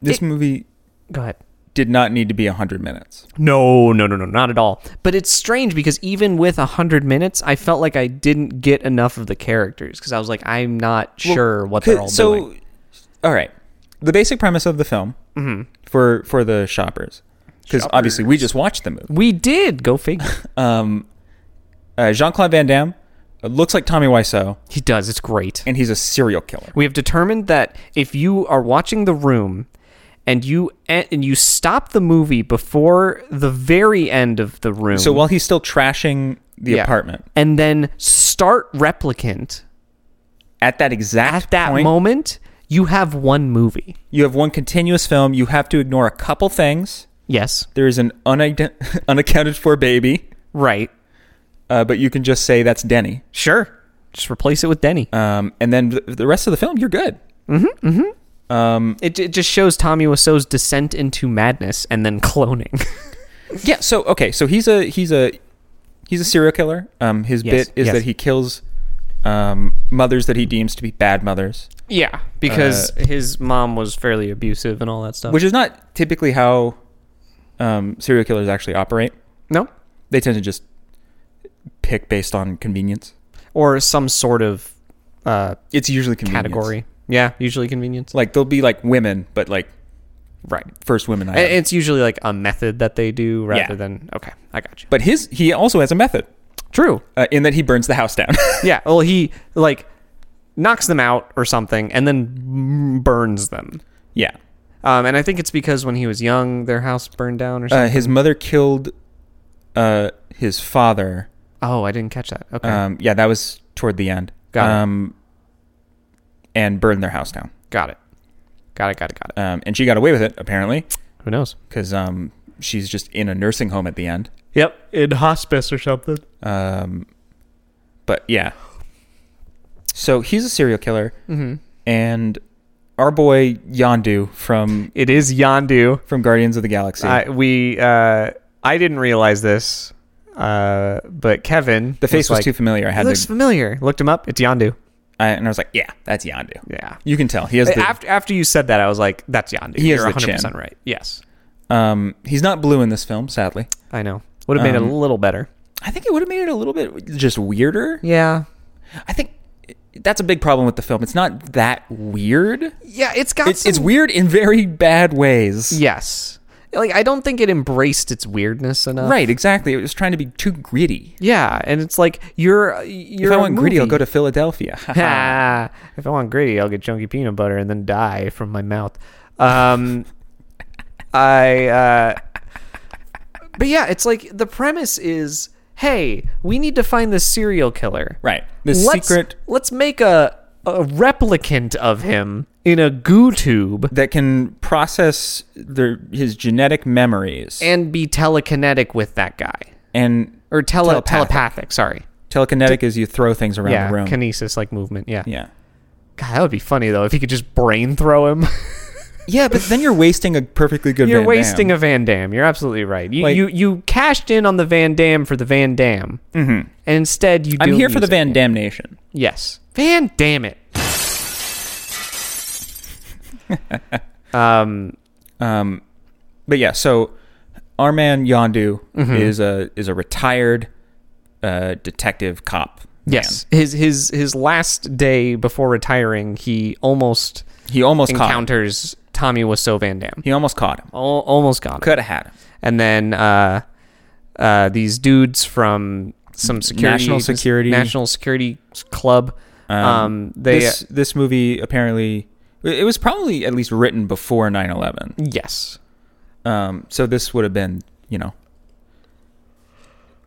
Speaker 1: This movie
Speaker 2: go ahead.
Speaker 1: did not need to be 100 minutes.
Speaker 2: No, no, no, no, not at all. But it's strange because even with 100 minutes, I felt like I didn't get enough of the characters because I was like, I'm not sure what they're all
Speaker 1: so,
Speaker 2: doing.
Speaker 1: all right. The basic premise of the film for for the Mm-hmm. shoppers, because obviously we just watched the movie.
Speaker 2: We did. Go figure.
Speaker 1: Um, uh, Jean Claude Van Damme uh, looks like Tommy Wiseau,
Speaker 2: he does. It's great.
Speaker 1: and he's a serial killer.
Speaker 2: We have determined that if you are watching the room and you and you stop the movie before the very end of the room,
Speaker 1: So while he's still trashing the
Speaker 2: Yeah.
Speaker 1: apartment
Speaker 2: and then start replicant
Speaker 1: at that exact
Speaker 2: at that
Speaker 1: point,
Speaker 2: moment, you have one movie.
Speaker 1: you have one continuous film. You have to ignore a couple things.
Speaker 2: Yes,
Speaker 1: There is an unident- unaccounted for baby,
Speaker 2: right.
Speaker 1: uh, but you can just say that's Denny.
Speaker 2: Sure. Just replace it with Denny.
Speaker 1: Um, and then th- the rest of the film, you're good.
Speaker 2: It, it just shows Tommy Wiseau's descent into madness and then cloning.
Speaker 1: Yeah. So okay. So he's a he's a he's a serial killer. Um, his
Speaker 2: Yes,
Speaker 1: bit is
Speaker 2: yes.
Speaker 1: that he kills um, mothers that he deems to be bad mothers,
Speaker 2: yeah, because Uh, his mom was fairly abusive and all that stuff.
Speaker 1: which is not typically how um, serial killers actually operate.
Speaker 2: no,
Speaker 1: They tend to just pick based on convenience.
Speaker 2: or some sort of uh,
Speaker 1: It's usually convenience.
Speaker 2: category. Yeah, usually convenience.
Speaker 1: Like they'll be like women, but like
Speaker 2: Right.
Speaker 1: first women. I
Speaker 2: And It's usually like a method that they do rather
Speaker 1: Yeah.
Speaker 2: than okay, I got you.
Speaker 1: but his he also has a method
Speaker 2: True.
Speaker 1: uh, in that he burns the house down.
Speaker 2: Yeah. Well, he like knocks them out or something, and then burns them.
Speaker 1: yeah.
Speaker 2: Um, and I think it's because when he was young, their house burned down or
Speaker 1: Uh,
Speaker 2: something.
Speaker 1: his mother killed uh, his father.
Speaker 2: oh, I didn't catch that. Okay,
Speaker 1: Um, yeah, that was toward the end.
Speaker 2: Got it.
Speaker 1: um, And burned their house down.
Speaker 2: got it. Got it. Got it. Got it.
Speaker 1: Um, and she got away with it apparently
Speaker 2: Who knows?
Speaker 1: because um, she's just in a nursing home at the end.
Speaker 2: Yep, in hospice or something.
Speaker 1: Um, but yeah. So he's a serial killer,
Speaker 2: Mm. Mm-hmm.
Speaker 1: and our boy Yondu from
Speaker 2: It is Yandu.
Speaker 1: from Guardians of the Galaxy,
Speaker 2: I, we uh, I didn't realize this, uh, but Kevin,
Speaker 1: the face was
Speaker 2: like,
Speaker 1: too familiar. I
Speaker 2: He
Speaker 1: had
Speaker 2: looks
Speaker 1: to,
Speaker 2: familiar. Looked him up. It's Yandu.
Speaker 1: I, and I was like, yeah, that's Yondu.
Speaker 2: Yeah.
Speaker 1: You can tell he has the,
Speaker 2: after after you said that, I was like, "That's Yandu."
Speaker 1: He has
Speaker 2: You're
Speaker 1: the chin.
Speaker 2: 100 percent right. Yes,
Speaker 1: um, he's not blue in this film, sadly.
Speaker 2: I know. Would have made it
Speaker 1: Um,
Speaker 2: a little better.
Speaker 1: I think it would have made it a little bit just weirder.
Speaker 2: Yeah,
Speaker 1: I think that's a big problem with the film. It's not that weird.
Speaker 2: yeah. It's got
Speaker 1: It's, it's weird in very bad ways.
Speaker 2: Yes, like I don't think it embraced its weirdness enough.
Speaker 1: Right, exactly. It was trying to be too gritty.
Speaker 2: Yeah, and it's like you're
Speaker 1: If
Speaker 2: you're.
Speaker 1: I
Speaker 2: a
Speaker 1: want gritty, I'll
Speaker 2: movie.
Speaker 1: go to Philadelphia.
Speaker 2: Ah, if I want gritty, I'll get chunky peanut butter and then die from my mouth. Um, I. Uh, but yeah, it's like the premise is, hey, we need to find the serial killer.
Speaker 1: right. This
Speaker 2: let's,
Speaker 1: secret
Speaker 2: Let's make a a replicant of him in a goo tube
Speaker 1: that can process their his genetic memories and,
Speaker 2: and be telekinetic with that guy or tele
Speaker 1: Telepathic.
Speaker 2: telepathic. sorry,
Speaker 1: telekinetic is you throw things around
Speaker 2: yeah,
Speaker 1: the room.
Speaker 2: kinesis like movement. Yeah.
Speaker 1: yeah.
Speaker 2: God, that would be funny though if he could just brain throw him.
Speaker 1: Yeah, but then you're wasting a perfectly good
Speaker 2: You're
Speaker 1: Van Damme.
Speaker 2: wasting a Van Dam. You're absolutely right. You,
Speaker 1: Like-
Speaker 2: you you cashed in on the Van Dam for the Van Dam, mm-hmm. and instead you.
Speaker 1: I'm
Speaker 2: don't
Speaker 1: here for the
Speaker 2: use it.
Speaker 1: Van Damnation.
Speaker 2: Yes, Van Dam it. um,
Speaker 1: Um, but yeah, so our man Yondu
Speaker 2: Mm-hmm.
Speaker 1: is a is a retired uh, detective cop. man.
Speaker 2: yes, his his his last day before retiring, he almost
Speaker 1: he almost caught. Him.
Speaker 2: encounters Tommy Wiseau Van Dam.
Speaker 1: He almost caught him.
Speaker 2: Al- almost got him.
Speaker 1: Could have had him.
Speaker 2: and then uh, uh, these dudes from some security
Speaker 1: National security-
Speaker 2: national security club. Um, they uh,
Speaker 1: this this movie apparently it was probably at least written before 9-11
Speaker 2: yes,
Speaker 1: um so this would have been you know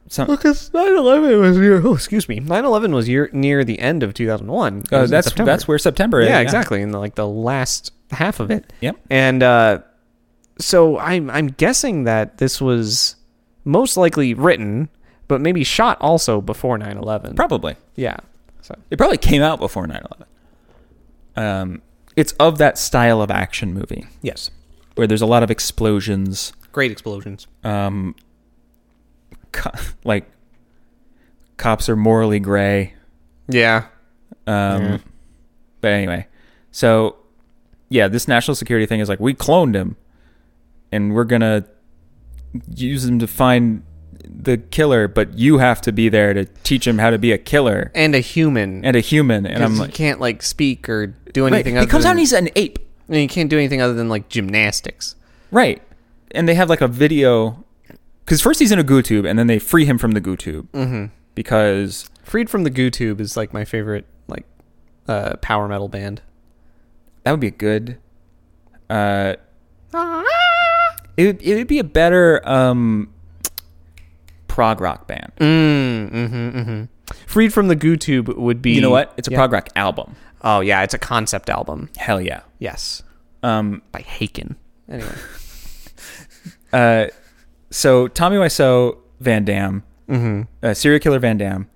Speaker 1: some uh,
Speaker 2: because 9/11 was near. Oh, excuse me, 9/11 was year, near the end of 2001. It
Speaker 1: uh,
Speaker 2: was in
Speaker 1: that's
Speaker 2: September.
Speaker 1: that's where september
Speaker 2: yeah,
Speaker 1: is
Speaker 2: exactly in the, like the last
Speaker 4: half of it.
Speaker 1: Yep.
Speaker 4: And uh, so I'm I'm guessing that this was most likely written, but maybe shot also before 9/11.
Speaker 1: Probably.
Speaker 4: Yeah. So
Speaker 1: It probably came out before 9 11. Um, it's of that style of action movie
Speaker 2: Yes.
Speaker 1: where there's a lot of explosions,
Speaker 2: Great explosions.
Speaker 1: um, co- like cops are morally gray.
Speaker 4: yeah.
Speaker 1: Um, But anyway, so yeah, this national security thing is like we cloned him, and we're gonna use him to find the killer, but you have to be there to teach him how to be a killer
Speaker 2: And a human.
Speaker 1: and a human. And I'm
Speaker 2: Because
Speaker 1: like,
Speaker 2: he can't like speak or do
Speaker 1: right,
Speaker 2: anything.
Speaker 1: he
Speaker 2: other
Speaker 1: comes
Speaker 2: than,
Speaker 1: out and he's an ape,
Speaker 2: I mean, he can't do anything other than like gymnastics.
Speaker 1: right? And they have like a video because first he's in a goo tube, and then they free him from the goo tube because
Speaker 2: Freed from the Goo Tube is like my favorite like uh, power metal band.
Speaker 1: that would be a good. Uh, it would, it would be a better um, prog rock band.
Speaker 2: Mm, mm-hmm, mm-hmm. Freed from the Goo Tube would be.
Speaker 1: You know what? It's a
Speaker 2: Mm-hmm. yeah.
Speaker 1: prog rock album.
Speaker 2: Oh yeah, it's a concept album.
Speaker 1: Hell yeah.
Speaker 2: Yes,
Speaker 1: Um,
Speaker 2: by Haken. Anyway,
Speaker 1: uh, so Tommy Wiseau, Van Dam, uh, serial killer Van Dam.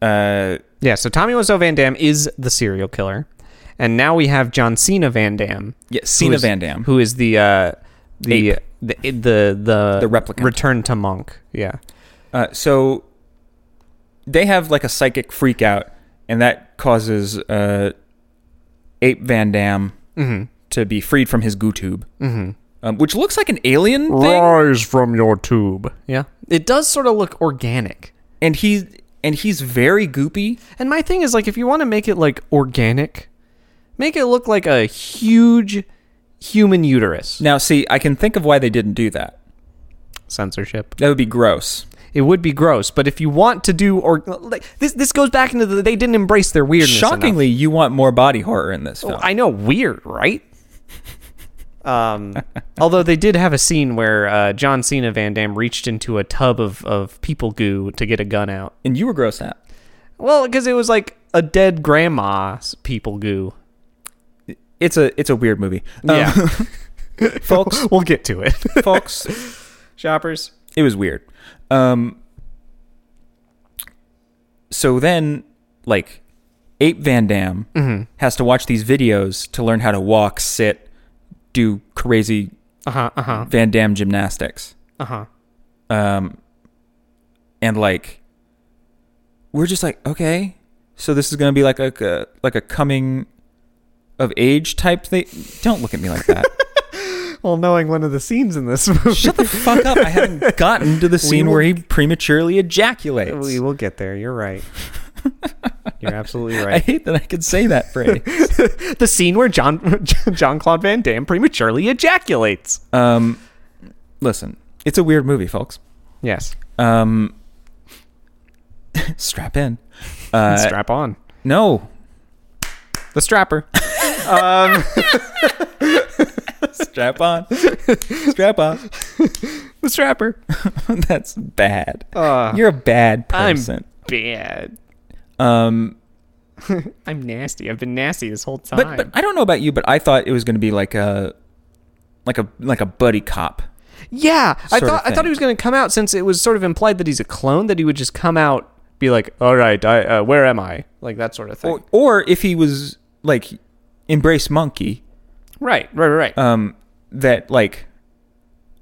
Speaker 1: Uh,
Speaker 2: yeah. So Tommy Wiseau Van Dam is the serial killer, and now we have John Cena Van Dam.
Speaker 1: yeah,
Speaker 2: who
Speaker 1: Cena
Speaker 2: is-
Speaker 1: Van Dam.
Speaker 2: who is the uh, the,
Speaker 1: Ape.
Speaker 2: the the the
Speaker 1: The replicant.
Speaker 2: Return to Monk. Yeah,
Speaker 1: Uh, so they have like a psychic freak out, and that causes uh, Ape Van Dam
Speaker 2: Mm-hmm.
Speaker 1: to be freed from his goo tube, mm-hmm. um, which looks like an alien thing.
Speaker 2: from your tube. Yeah, it does sort of look organic.
Speaker 1: And he's and he's very goopy.
Speaker 2: And my thing is like, if you want to make it like organic, make it look like a huge human uterus.
Speaker 1: Now, see, I can think of why they didn't do that.
Speaker 2: Censorship.
Speaker 1: That would be gross.
Speaker 2: It would be gross, but if you want to do or like this, this goes back into the they didn't embrace their weirdness. enough. Oh,
Speaker 1: Shockingly, you want more body horror in this film.
Speaker 2: I know, weird, right? Um, although they did have a scene where uh, John Cena Van Damme reached into a tub of, of people goo to get a gun out.
Speaker 1: and you were grossed out.
Speaker 2: Well, because it was like a dead grandma's people goo.
Speaker 1: It's a it's a weird movie. Um,
Speaker 2: Yeah,
Speaker 1: folks,
Speaker 2: we'll get to it.
Speaker 1: folks,
Speaker 4: Shoppers.
Speaker 1: it was weird. Um, so then, like, Ape Van Dam
Speaker 2: Mm-hmm.
Speaker 1: has to watch these videos to learn how to walk, sit, do crazy
Speaker 2: Uh huh. Uh huh.
Speaker 1: Van Dam gymnastics.
Speaker 2: Uh huh.
Speaker 1: um, and like we're just like okay so this is gonna be like a, a like a coming of age type thing don't look at me like that
Speaker 2: Well, knowing one of the scenes in this movie,
Speaker 1: shut the fuck up i haven't gotten to the scene
Speaker 2: will-
Speaker 1: where he prematurely ejaculates
Speaker 2: we will get there. You're right. You're absolutely
Speaker 1: i
Speaker 2: right.
Speaker 1: hate that i could say that phrase
Speaker 2: the scene where John John Claude Van Damme prematurely ejaculates.
Speaker 1: um listen it's a weird movie folks
Speaker 2: Yes.
Speaker 1: um strap in uh
Speaker 2: Strap on.
Speaker 1: no
Speaker 2: The strapper.
Speaker 1: strap on strap on
Speaker 2: The strapper.
Speaker 1: that's bad
Speaker 2: Uh,
Speaker 1: You're a bad
Speaker 2: I'm
Speaker 1: person.
Speaker 2: bad.
Speaker 1: um,
Speaker 2: I'm nasty. I've been nasty this whole time.
Speaker 1: but but I don't know about you, but I thought it was going to be like a like a like a buddy cop.
Speaker 2: yeah, I
Speaker 1: Sort of
Speaker 2: thought I thought
Speaker 1: thing.
Speaker 2: he was going to come out since it was sort of implied that he's a clone that he would just come out be like, "All right, I uh, where am I?" like that sort of thing.
Speaker 1: Or, or if he was like embrace monkey,
Speaker 2: right, right, right. right.
Speaker 1: um, that like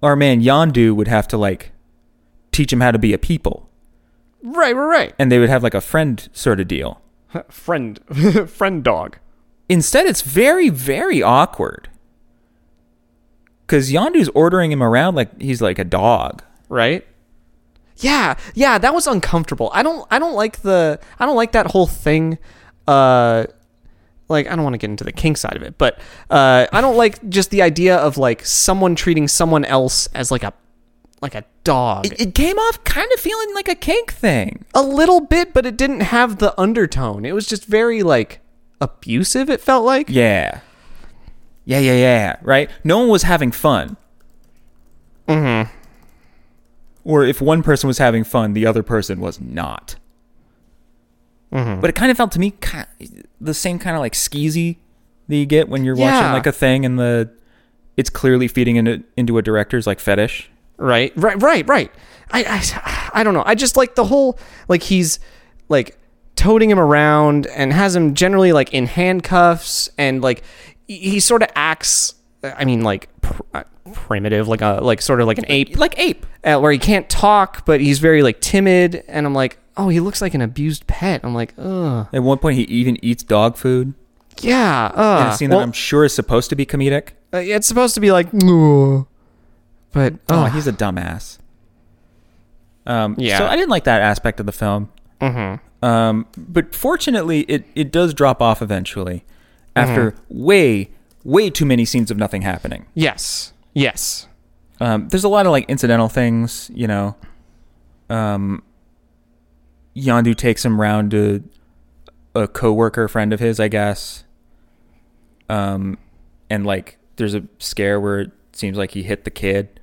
Speaker 1: our man Yondu would have to like teach him how to be a people,
Speaker 2: right, right,
Speaker 1: and they would have like a friend sort of deal.
Speaker 2: right. Friend friend dog.
Speaker 1: Instead, it's very very awkward because Yondu's ordering him around like he's like a dog.
Speaker 2: right? Yeah, yeah, that was uncomfortable. I don't I don't like the I don't like that whole thing uh like I don't want to get into the kink side of it, but uh I don't like just the idea of like someone treating someone else as like a like a dog.
Speaker 1: It, it came off kind of feeling like a kink thing.
Speaker 2: a little bit, but it didn't have the undertone. It was just very like abusive it felt like.
Speaker 1: Yeah. Yeah, yeah, yeah. Right? No one was having fun. Mm-hmm.
Speaker 2: Mm-hmm.
Speaker 1: Or if one person was having fun, the other person was not.
Speaker 2: Mm-hmm.
Speaker 1: But it kind of felt to me ki the same kind of like skeezy that you get when you're watching
Speaker 2: Yeah.
Speaker 1: like a thing and the it's clearly feeding into into a director's like fetish.
Speaker 2: right right right right I, I i don't know i just like the whole like he's like toting him around and has him generally like in handcuffs and like he- he sort of acts i mean like pr- uh, primitive like a like sort of like an ape
Speaker 1: Like ape.
Speaker 2: uh, where he can't talk but he's very like timid and i'm like oh he looks like an abused pet i'm like ugh
Speaker 1: At one point he even eats dog food.
Speaker 2: yeah
Speaker 1: In
Speaker 2: uh,
Speaker 1: a scene
Speaker 2: well,
Speaker 1: that I'm sure is supposed to be comedic.
Speaker 2: uh, it's supposed to be like "Ugh." but
Speaker 1: Oh,
Speaker 2: oh
Speaker 1: he's a dumbass. Um,
Speaker 2: Yeah.
Speaker 1: So I didn't like that aspect of the film. Mm-hmm. Um, but fortunately, it, it does drop off eventually after way, way too many scenes of nothing happening.
Speaker 2: yes yes
Speaker 1: Um, there's a lot of like incidental things, you know. Um, Yandu takes him round to a coworker friend of his, I guess. Um, and like there's a scare where it seems like he hit the kid.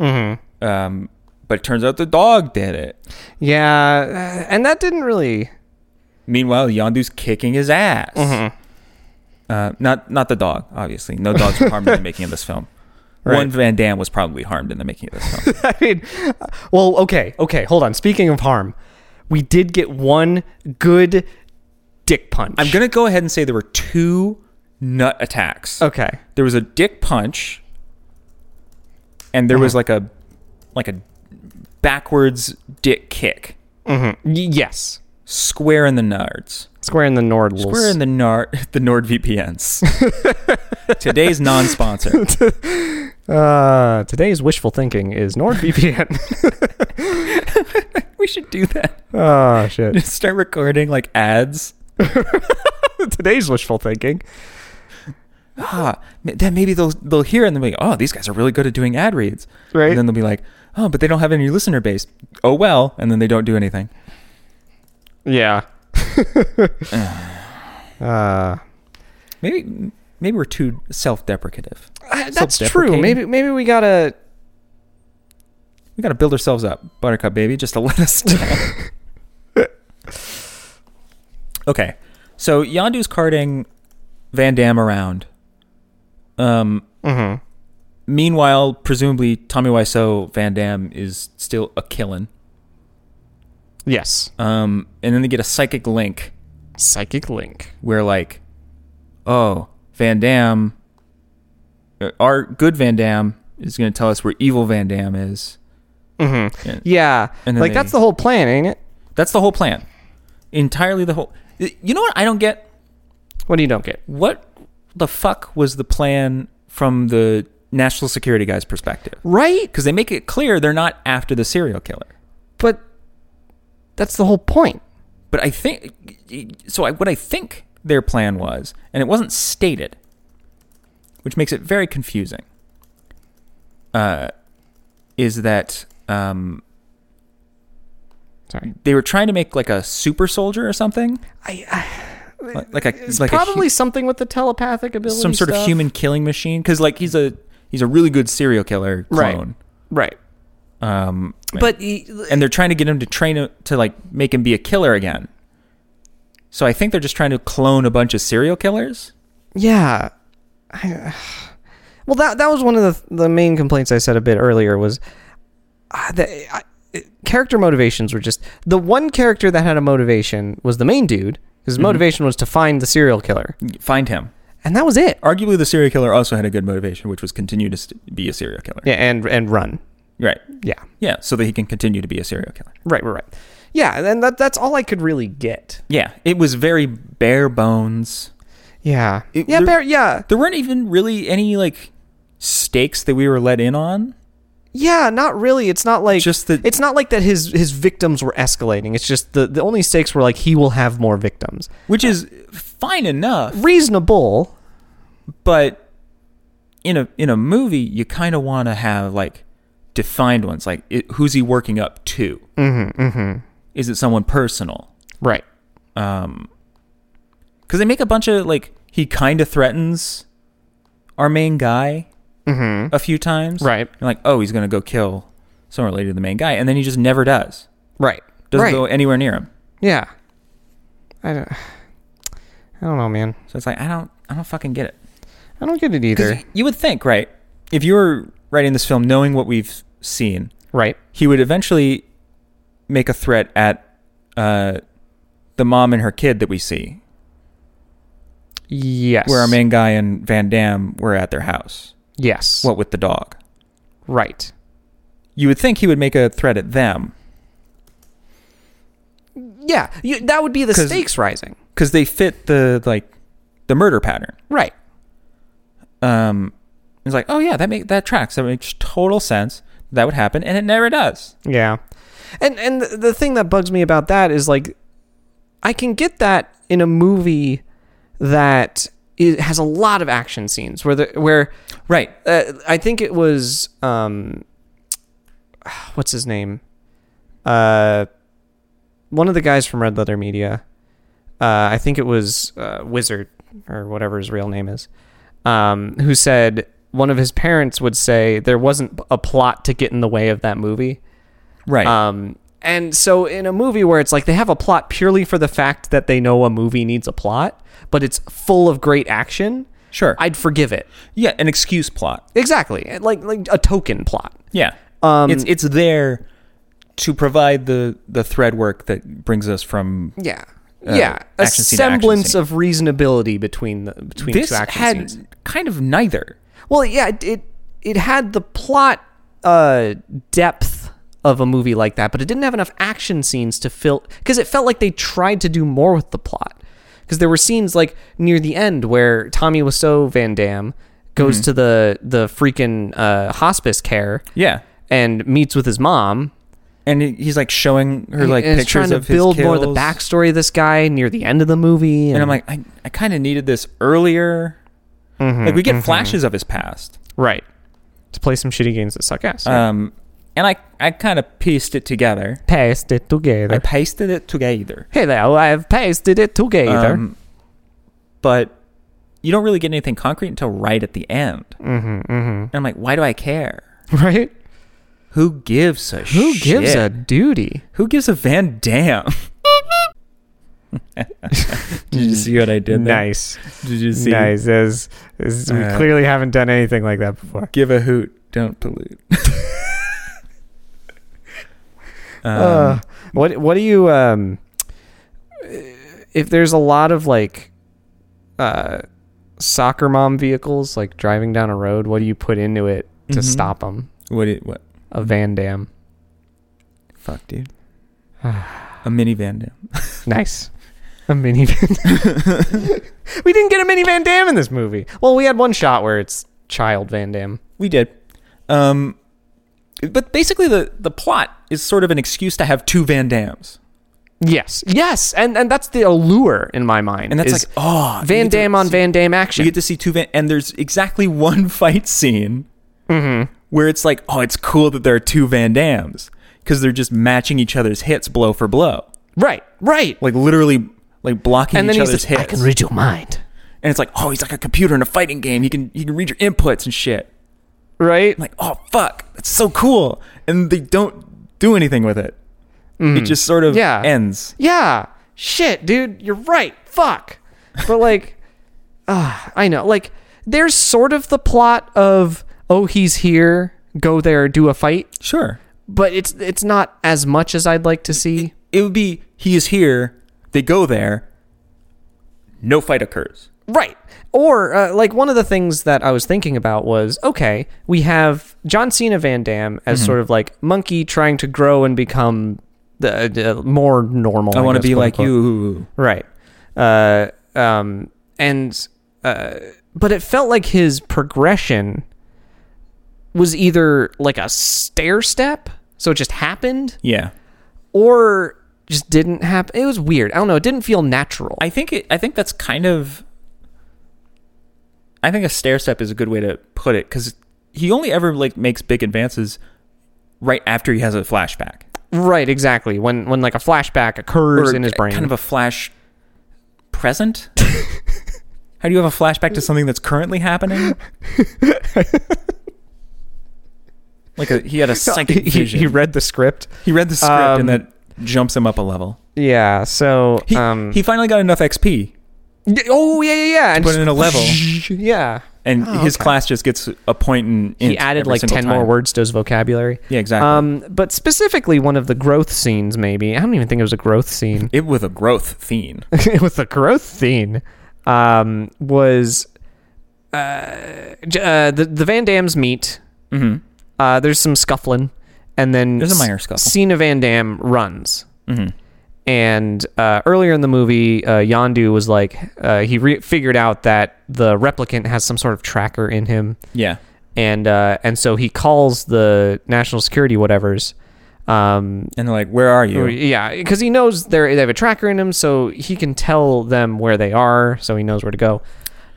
Speaker 1: Mm-hmm. Um, but it turns out the dog did it.
Speaker 2: yeah uh, and that didn't really
Speaker 1: Meanwhile, Yandu's kicking his ass. Uh, not not the dog, obviously. No dogs were harmed in the making of this film. One Van Dam was probably harmed in the making of this film.
Speaker 2: I mean, well, okay, okay, hold on. Speaking of harm, we did get one good dick punch.
Speaker 1: I'm gonna go ahead and say there were two nut attacks.
Speaker 2: Okay.
Speaker 1: There was a dick punch, and there was
Speaker 2: Uh-huh.
Speaker 1: like a like a backwards dick kick,
Speaker 2: Mm-hmm. Y- yes.
Speaker 1: square in the nards,
Speaker 2: Square in the Nord.
Speaker 1: square in the nard, the Nord VPNs. Today's non-sponsor.
Speaker 2: uh, today's wishful thinking is NordVPN.
Speaker 1: we should do that.
Speaker 2: oh shit.
Speaker 1: Start recording like ads.
Speaker 2: today's wishful thinking.
Speaker 1: Ah, ma- then maybe they'll they'll hear and they'll be like, oh, these guys are really good at doing ad reads.
Speaker 2: Right.
Speaker 1: And then they'll be like, oh, but they don't have any listener base. Oh well, and then they don't do anything.
Speaker 2: Yeah. uh,
Speaker 1: Maybe maybe we're too self-deprecative.
Speaker 2: I- that's true.
Speaker 1: Self-deprecating.
Speaker 2: Maybe maybe we gotta.
Speaker 1: We got to build ourselves up, Buttercup baby, just to let us down. okay, so Yandu's carting Van Damme around. Um. Meanwhile, presumably Tommy Wiseau Van Damme is still a killin.
Speaker 2: Yes.
Speaker 1: Um, and then they get a psychic link
Speaker 2: Psychic link.
Speaker 1: where like, oh, Van Damme, uh, our good Van Damme is going to tell us where evil Van Damme is. Mm-hmm.
Speaker 2: Yeah.
Speaker 1: And then
Speaker 2: like
Speaker 1: they-
Speaker 2: that's the whole plan, ain't it?
Speaker 1: That's the whole plan. Entirely the whole. You know what I don't get?
Speaker 2: What do you don't get?
Speaker 1: What the fuck was the plan from the national security guy's perspective?
Speaker 2: Right.
Speaker 1: Because they make it clear they're not after the serial killer.
Speaker 2: But that's the whole point.
Speaker 1: But I think so. I, what I think their plan was, and it wasn't stated, which makes it very confusing. Uh, is that um,
Speaker 2: Sorry.
Speaker 1: they were trying to make like a super soldier or something? I, like, like a like a hu-
Speaker 2: Probably something with the telepathic ability.
Speaker 1: some sort of
Speaker 2: stuff.
Speaker 1: human killing machine because like he's a he's a really good serial killer
Speaker 2: Right.
Speaker 1: clone.
Speaker 2: Right.
Speaker 1: Um,
Speaker 2: But he,
Speaker 1: and they're trying to get him to train him to like make him be a killer again. So I think they're just trying to clone a bunch of serial killers.
Speaker 2: yeah. I- well, that that was one of the the main complaints I said a bit earlier was uh, that I, it- character motivations were just the one character that had a motivation was the main dude. His
Speaker 1: Mm-hmm.
Speaker 2: motivation was to find the serial killer,
Speaker 1: Find him.
Speaker 2: and that was it.
Speaker 1: Arguably, the serial killer also had a good motivation, which was continue to st- be a serial killer.
Speaker 2: Yeah, and and run.
Speaker 1: Right.
Speaker 2: Yeah.
Speaker 1: Yeah. So that he can continue to be a serial killer.
Speaker 2: Right. Right. Right. Yeah, and that that's all I could really get.
Speaker 1: Yeah. It was very bare bones.
Speaker 2: Yeah.
Speaker 1: It-
Speaker 2: yeah.
Speaker 1: there-
Speaker 2: Bear, yeah.
Speaker 1: There weren't even really any like stakes that we were let in on.
Speaker 2: Yeah, not really. It's not like
Speaker 1: Just that-
Speaker 2: it's not like that his his victims were escalating. It's just the the only stakes were like he will have more victims.
Speaker 1: which is fine enough,
Speaker 2: Reasonable.
Speaker 1: but in a in a movie, you kind of want to have like defined ones, like it, who's he working up to? Mm-hmm, mm-hmm. Is it someone personal?
Speaker 2: Right.
Speaker 1: Um, because they make a bunch of like he kind of threatens our main guy
Speaker 5: Mm-hmm.
Speaker 1: a few times,
Speaker 2: Right.
Speaker 1: And like, oh, he's gonna go kill someone related to the main guy, and then he just never does.
Speaker 2: Right.
Speaker 1: Doesn't
Speaker 2: right.
Speaker 1: go anywhere near him.
Speaker 2: yeah. I don't I don't know, man.
Speaker 1: So it's like I don't I don't fucking get it.
Speaker 5: I don't get it either.
Speaker 1: 'Cause You would think, right? If you were writing this film knowing what we've seen,
Speaker 5: Right.
Speaker 1: he would eventually make a threat at uh, the mom and her kid that we see,
Speaker 5: Yes.
Speaker 1: where our main guy and Van Damme were at their house,
Speaker 5: Yes.
Speaker 1: what with the dog.
Speaker 5: Right.
Speaker 1: You would think he would make a threat at them
Speaker 2: Yeah, you, that would be the
Speaker 1: 'Cause-
Speaker 2: stakes rising.
Speaker 1: because they fit the like the murder pattern.
Speaker 2: Right.
Speaker 1: Um, it's like, oh yeah, that make that tracks. That makes total sense. That would happen, and it never does.
Speaker 5: Yeah.
Speaker 2: And and the- the thing that bugs me about that is like, I can get that in a movie that it has a lot of action scenes where the where
Speaker 1: Right.
Speaker 2: uh, I think it was um, what's his name? Uh, one of the guys from Red Leather Media. Uh, I think it was uh, Wizard or whatever his real name is, um, who said one of his parents would say there wasn't a plot to get in the way of that movie.
Speaker 1: Right.
Speaker 2: Um, and so in a movie where it's like they have a plot purely for the fact that they know a movie needs a plot, but it's full of great action,
Speaker 1: sure.
Speaker 2: I'd forgive it.
Speaker 1: yeah, an excuse plot.
Speaker 2: Exactly. Like like a token plot.
Speaker 1: Yeah.
Speaker 2: Um,
Speaker 1: it's it's there to provide the the thread work that brings us from
Speaker 2: Yeah.
Speaker 1: Uh,
Speaker 2: yeah. A
Speaker 1: action scene to action
Speaker 2: semblance
Speaker 1: scene.
Speaker 2: of reasonability between the between
Speaker 1: this
Speaker 2: two action
Speaker 1: had
Speaker 2: scenes.
Speaker 1: kind of neither.
Speaker 2: Well, yeah, it it, it had the plot uh, depth of a movie like that, but it didn't have enough action scenes to fill because it felt like they tried to do more with the plot. Because there were scenes like near the end where Tommy Wiseau Van Damme
Speaker 1: Mm-hmm.
Speaker 2: goes to the the freaking uh, hospice care
Speaker 1: Yeah.
Speaker 2: and meets with his mom.
Speaker 1: And he- he's like showing her like
Speaker 2: and it's
Speaker 1: pictures
Speaker 2: trying to
Speaker 1: of his
Speaker 2: build more of the
Speaker 1: kills.
Speaker 2: backstory of this guy near the end of the movie.
Speaker 1: And I'm like, I, I kind of needed this earlier. like we get flashes of his past.
Speaker 5: Right. To play some shitty games that suck ass.
Speaker 1: Um, and I I kind of pieced it together.
Speaker 5: Paste it together.
Speaker 1: I pasted it together.
Speaker 5: Hey there, I've pasted it together.
Speaker 1: Um, but you don't really get anything concrete until right at the end. Mm-hmm, And I'm like, why do I care?
Speaker 5: right?
Speaker 1: Who gives a
Speaker 5: Who gives a
Speaker 1: shit?
Speaker 5: duty?
Speaker 1: Who gives a Van Dam? Did you see what I did? there?
Speaker 5: Nice.
Speaker 1: Did you see?
Speaker 5: Nice. This- this- we
Speaker 1: Uh,
Speaker 5: clearly haven't done anything like that before.
Speaker 1: Give a hoot, don't pollute. um,
Speaker 5: Uh, what What do you um? If there's a lot of like, uh, soccer mom vehicles like driving down a road, what do you put into it to
Speaker 1: Mhm.
Speaker 5: stop 'em? stop them?
Speaker 1: what? Did, what?
Speaker 5: A Van Dam.
Speaker 1: Fuck, dude.
Speaker 5: Uh.
Speaker 1: a mini Van Dam.
Speaker 5: Nice. A mini Van Dam. we didn't get a mini Van Dam in this movie. Well, we had one shot where it's child Van Dam.
Speaker 1: We did. Um, but basically, the the plot is sort of an excuse to have two Van Dams,
Speaker 5: Yes. Yes. And and that's the allure in my mind.
Speaker 1: and that's
Speaker 5: is
Speaker 1: like, oh, you
Speaker 5: Van
Speaker 1: get to
Speaker 5: Dam on
Speaker 1: see-
Speaker 5: Van Dam
Speaker 1: You
Speaker 5: action.
Speaker 1: get to see two Van, and there's exactly one fight scene
Speaker 5: Mm-hmm.
Speaker 1: where it's like, oh, it's cool that there are two Van Dams because they're just matching each other's hits blow for blow,
Speaker 5: right. Right.
Speaker 1: like literally, like blocking
Speaker 5: And
Speaker 1: each
Speaker 5: then he's
Speaker 1: other's
Speaker 5: like, I
Speaker 1: hits.
Speaker 5: can read your mind.
Speaker 1: and it's like, oh, he's like a computer in a fighting game. He can he can read your inputs and shit.
Speaker 5: Right.
Speaker 1: I'm like, oh fuck, that's so cool. And they don't do anything with it. It just sort of
Speaker 5: Mm-hmm. Yeah.
Speaker 1: ends.
Speaker 5: Yeah. Shit, dude, you're right. Fuck. But like ah, I know. Like there's sort of the plot of oh he's here, go there, do a fight,
Speaker 1: Sure,
Speaker 5: but it's it's not as much as I'd like to see.
Speaker 1: it would be he is here. They go there. No fight occurs.
Speaker 5: Right.
Speaker 2: Or uh, like one of the things that I was thinking about was okay, we have John Cena Van Damme as
Speaker 1: Mm-hmm.
Speaker 2: sort of like monkey trying to grow and become the uh, more normal.
Speaker 1: I want to
Speaker 2: guess,
Speaker 1: be
Speaker 2: quote
Speaker 1: like
Speaker 2: unquote.
Speaker 1: you.
Speaker 2: right? Uh, um, and uh, but it felt like his progression was either like a stair step, so it just happened,
Speaker 1: Yeah.
Speaker 2: or just didn't happen. It was weird. I don't know. It didn't feel natural.
Speaker 1: I think it, I think that's kind of I think a stair step is a good way to put it cuz he only ever like makes big advances right after he has a flashback
Speaker 2: right, exactly. When when like a flashback occurs in his brain,
Speaker 1: kind of a flash present. How do you have a flashback to something that's currently happening? like a, he had a psychic
Speaker 5: He,
Speaker 1: vision.
Speaker 5: he read the script.
Speaker 1: He read the script
Speaker 5: um,
Speaker 1: and that jumps him up a level.
Speaker 5: Yeah, so
Speaker 1: He,
Speaker 5: um
Speaker 1: he finally got enough XP
Speaker 2: Y- Oh yeah, yeah, yeah. And
Speaker 1: Put it in a level.
Speaker 2: Yeah.
Speaker 1: and
Speaker 2: Oh,
Speaker 1: his
Speaker 2: okay.
Speaker 1: class just gets a point and
Speaker 2: He added like ten more words to his vocabulary.
Speaker 1: Yeah, exactly.
Speaker 2: Um, but specifically one of the growth scenes, maybe. I don't even think it was a growth scene.
Speaker 1: it with a growth theme.
Speaker 2: it was the growth scene. Um, was uh, j- uh the the Van Dams meet.
Speaker 1: hmm
Speaker 2: Uh, there's some scuffling, and then
Speaker 1: There's a
Speaker 2: S-
Speaker 1: minor scuffle.
Speaker 2: Cena Van Dam runs.
Speaker 1: hmm
Speaker 2: And uh, earlier in the movie, uh, Yondu was like, uh, he re- figured out that the replicant has some sort of tracker in him,
Speaker 1: Yeah.
Speaker 2: and uh, and so he calls the national security whatever's. Um,
Speaker 1: And they're like, "Where are you?"
Speaker 2: or- yeah, because he knows they're, they have a tracker in him, so he can tell them where they are, so he knows where to go.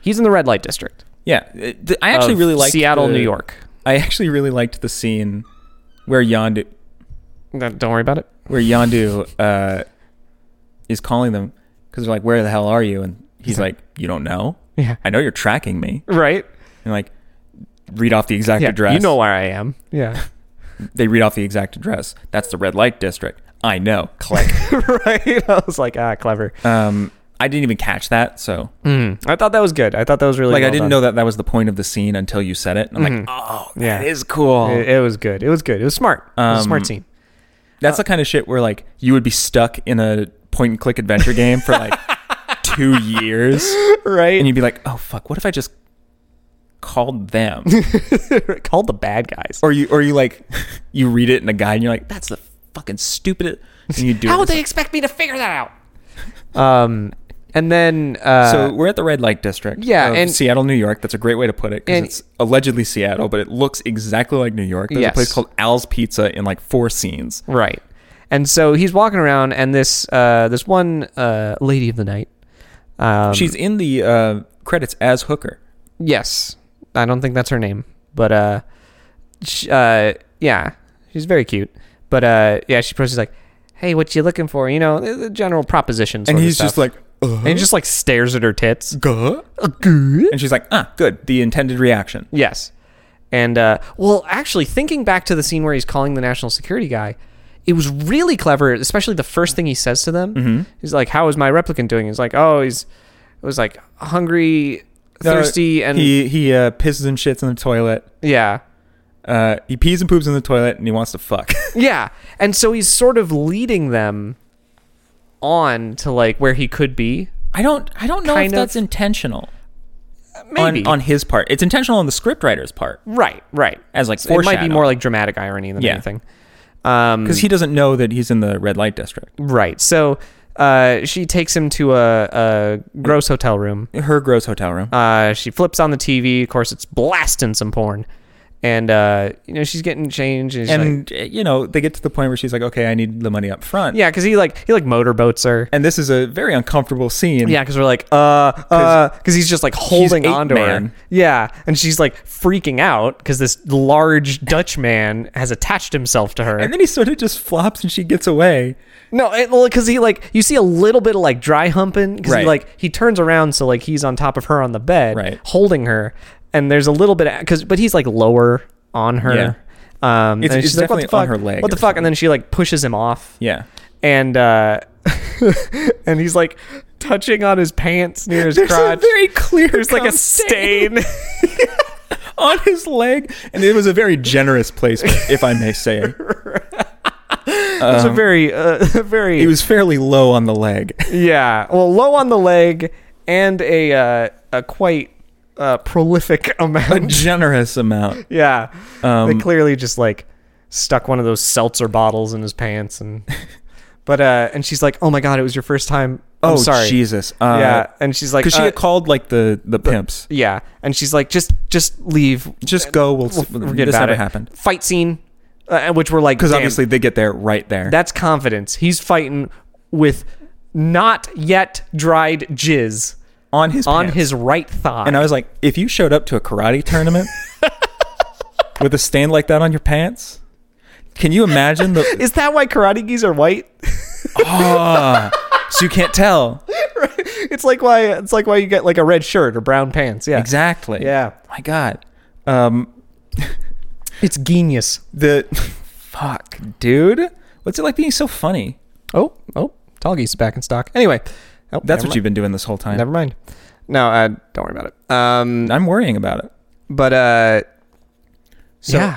Speaker 2: He's in the red light district.
Speaker 1: Yeah, it- th- I actually
Speaker 2: of
Speaker 1: really liked
Speaker 2: Seattle,
Speaker 1: the-
Speaker 2: New York.
Speaker 1: I actually really liked the scene where Yondu,
Speaker 2: Uh, Don't worry about it.
Speaker 1: where Yondu uh, is calling them because they're like, "Where the hell are you?" And he's like, "You don't know?
Speaker 2: Yeah.
Speaker 1: I know you're tracking me."
Speaker 2: Right?
Speaker 1: And like, read off the exact
Speaker 2: Yeah.
Speaker 1: address.
Speaker 2: You know where I am. Yeah.
Speaker 1: they read off the exact address. That's the red light district. I know. Click.
Speaker 2: right? I was like, ah, clever.
Speaker 1: um, I didn't even catch that, so
Speaker 2: Mm. I thought that was good. I thought that was really
Speaker 1: like I
Speaker 2: well
Speaker 1: didn't
Speaker 2: done. Mm-hmm.
Speaker 1: know that that was the point of the scene until you said it. And I'm like, oh,
Speaker 2: Yeah.
Speaker 1: that is cool.
Speaker 2: It, it was good. It was good. It was smart. it was a smart
Speaker 1: Um,
Speaker 2: scene.
Speaker 1: That's
Speaker 2: Uh,
Speaker 1: the kind of shit where like you would be stuck in a point and click adventure game for like two years,
Speaker 2: Right?
Speaker 1: and you'd be like, oh fuck, what if I just called them?
Speaker 2: called the bad guys.
Speaker 1: or you or you like you read it in a guide and you're like, that's the fucking stupidest. And you do. it.
Speaker 2: expect me to figure that out? Um, and then uh,
Speaker 1: So we're at the red light district.
Speaker 2: Yeah,
Speaker 1: of
Speaker 2: and-
Speaker 1: Seattle, New York. That's a great way to put it because
Speaker 2: and-
Speaker 1: it's allegedly Seattle, but it looks exactly like New York. There's
Speaker 2: Yes. Mm.
Speaker 1: a place called Al's Pizza in like four scenes.
Speaker 2: right, and so he's walking around, and this uh, this one uh, lady of the night. Um,
Speaker 1: She's in the uh, credits as Hooker.
Speaker 2: yes, I don't think that's her name, but uh, sh uh, yeah, she's very cute. But uh, yeah, she approaches like, "Hey, what you looking for?" You know, the, the general proposition. sort
Speaker 1: And
Speaker 2: of
Speaker 1: he's just
Speaker 2: stuff.
Speaker 1: like, uh,
Speaker 2: and he just like stares at her tits.
Speaker 1: Guh? And she's like, ah, good. The intended reaction.
Speaker 2: Yes. And uh, well, actually, thinking back to the scene where he's calling the national security guy, it was really clever, especially the first thing he says to them.
Speaker 1: Mm-hmm.
Speaker 2: He's like, "How is my replicant doing?" He's like, "Oh, he's it was like hungry, thirsty,
Speaker 1: Uh,
Speaker 2: and
Speaker 1: he he uh, pisses and shits in the toilet.
Speaker 2: yeah,
Speaker 1: Uh, he pees and poops in the toilet, and he wants to fuck.
Speaker 2: yeah." And so he's sort of leading them on to like where he could be.
Speaker 1: I don't I don't know
Speaker 2: Kind
Speaker 1: if
Speaker 2: of.
Speaker 1: that's intentional
Speaker 2: Maybe
Speaker 1: on on his part. It's intentional on the scriptwriter's part
Speaker 2: right, right.
Speaker 1: as like
Speaker 2: it might be
Speaker 1: foreshadow.
Speaker 2: more like dramatic irony than
Speaker 1: Yeah.
Speaker 2: anything. Um,
Speaker 1: because he doesn't know that he's in the red light district.
Speaker 2: Right. So uh, she takes him to a, a gross hotel room.
Speaker 1: Her gross hotel room.
Speaker 2: Uh, she flips on the TV. Of course, it's blasting some porn. And, uh, you know, she's getting changed. And, she's like,
Speaker 1: and uh, you know they get to the point where she's like, okay, I need the money up front.
Speaker 2: yeah, because he, like, he, like, motorboats her.
Speaker 1: And this is a very uncomfortable scene.
Speaker 2: Yeah, because we're like, uh, because he's just like holding
Speaker 1: ape
Speaker 2: onto her.
Speaker 1: man.
Speaker 2: Yeah, and she's like freaking out because this large Dutch man has attached himself to her.
Speaker 1: And then he sort of just flops and she gets away.
Speaker 2: No, it, well, because he like you see a little bit of like dry humping because he
Speaker 1: Right.
Speaker 2: like he turns around so like he's on top of her on the bed,
Speaker 1: Right.
Speaker 2: holding her, and there's a little bit because but he's like lower on her. Um,
Speaker 1: It's-
Speaker 2: and
Speaker 1: it's
Speaker 2: she's like, what the
Speaker 1: definitely
Speaker 2: fuck?
Speaker 1: on her leg
Speaker 2: What the
Speaker 1: or
Speaker 2: fuck? And then she like pushes him off,
Speaker 1: Yeah.
Speaker 2: and uh, and he's like touching on his pants near his
Speaker 1: There's
Speaker 2: crotch.
Speaker 1: a very clear.
Speaker 2: there's like a
Speaker 1: cum
Speaker 2: stain.
Speaker 1: on his leg, and it was a very generous placement, if I may say.
Speaker 2: it's a very, uh, a very.
Speaker 1: Um, It was fairly low on the leg.
Speaker 2: Yeah. Well, low on the leg and a uh, a quite uh, prolific
Speaker 1: A
Speaker 2: amount.
Speaker 1: generous amount.
Speaker 2: yeah. they
Speaker 1: Um,
Speaker 2: clearly just like stuck one of those seltzer bottles in his pants and but uh and she's like, "Oh my god, it was your first time." I'm
Speaker 1: oh,
Speaker 2: sorry.
Speaker 1: Jesus. Uh,
Speaker 2: yeah, and she's like
Speaker 1: because she
Speaker 2: uh,
Speaker 1: had called like the the pimps.
Speaker 2: yeah, and she's like, "Just just leave.
Speaker 1: Just go. We'll,
Speaker 2: We'll
Speaker 1: s-
Speaker 2: forget
Speaker 1: this
Speaker 2: about
Speaker 1: never
Speaker 2: it."
Speaker 1: happened.
Speaker 2: Fight scene uh, which we're like
Speaker 1: Because
Speaker 2: "Damn,
Speaker 1: obviously they get there right there.
Speaker 2: that's confidence. He's fighting with not yet dried jizz
Speaker 1: on his
Speaker 2: on
Speaker 1: pants.
Speaker 2: his right thigh.
Speaker 1: And I was like, if you showed up to a karate tournament with a stain like that on your pants, can you imagine the?
Speaker 2: Is that why karate geese are white?
Speaker 1: Ah, so you can't tell
Speaker 2: it's like why it's like why you get like a red shirt or brown pants. Yeah.
Speaker 1: exactly.
Speaker 2: Yeah.
Speaker 1: My God. Um,
Speaker 2: It's genius.
Speaker 1: the fuck, dude. What's it like being so funny?
Speaker 2: Oh, oh, Talgee's back in stock. Anyway, Oh,
Speaker 1: That's
Speaker 2: never
Speaker 1: what you've been doing this whole time.
Speaker 2: mind. Never mind. No, uh, don't worry about it. Um,
Speaker 1: I'm worrying about it.
Speaker 2: but uh,
Speaker 1: So,
Speaker 2: yeah,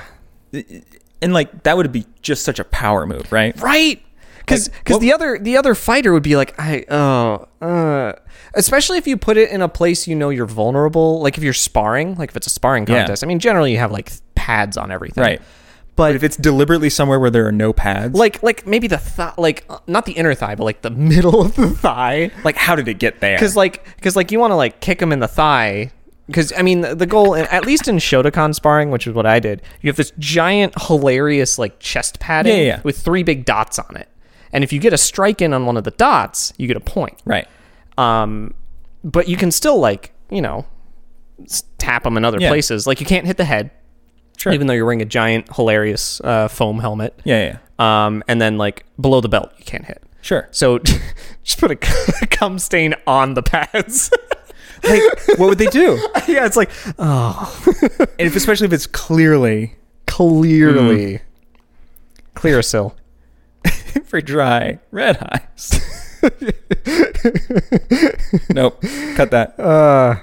Speaker 1: And like that would be just such a power move, right?
Speaker 2: right. Because
Speaker 1: Like,
Speaker 2: because
Speaker 1: what-
Speaker 2: the other the other fighter would be like, I oh, uh. especially if you put it in a place you know you're vulnerable. Like if you're sparring, like if it's a sparring
Speaker 1: Yeah.
Speaker 2: contest. I mean, generally you have like pads on everything,
Speaker 1: Right.
Speaker 2: But
Speaker 1: But if it's deliberately somewhere where there are no pads,
Speaker 2: like like maybe the thigh, like uh, not the inner thigh, but like the middle of the thigh.
Speaker 1: like how did it get there?
Speaker 2: because like because like you want to like kick him in the thigh because i mean the, the goal at least in shotokan sparring which is what i did you have this giant hilarious like chest padding
Speaker 1: Yeah, yeah, yeah.
Speaker 2: with three big dots on it and if you get a strike in on one of the dots you get a point
Speaker 1: right.
Speaker 2: um but you can still like you know s- tap them in other
Speaker 1: Yeah.
Speaker 2: places like you can't hit the head
Speaker 1: Sure.
Speaker 2: even though you're wearing a giant hilarious uh, foam helmet
Speaker 1: Yeah, yeah.
Speaker 2: um and then like below the belt you can't hit
Speaker 1: Sure.
Speaker 2: so just put a cum stain on the pads
Speaker 1: Like what would they do?
Speaker 2: yeah, it's like
Speaker 6: uh,
Speaker 1: And if especially if it's clearly
Speaker 2: clearly Clearasil.
Speaker 1: for dry red eyes. nope. Cut that.
Speaker 6: Uh,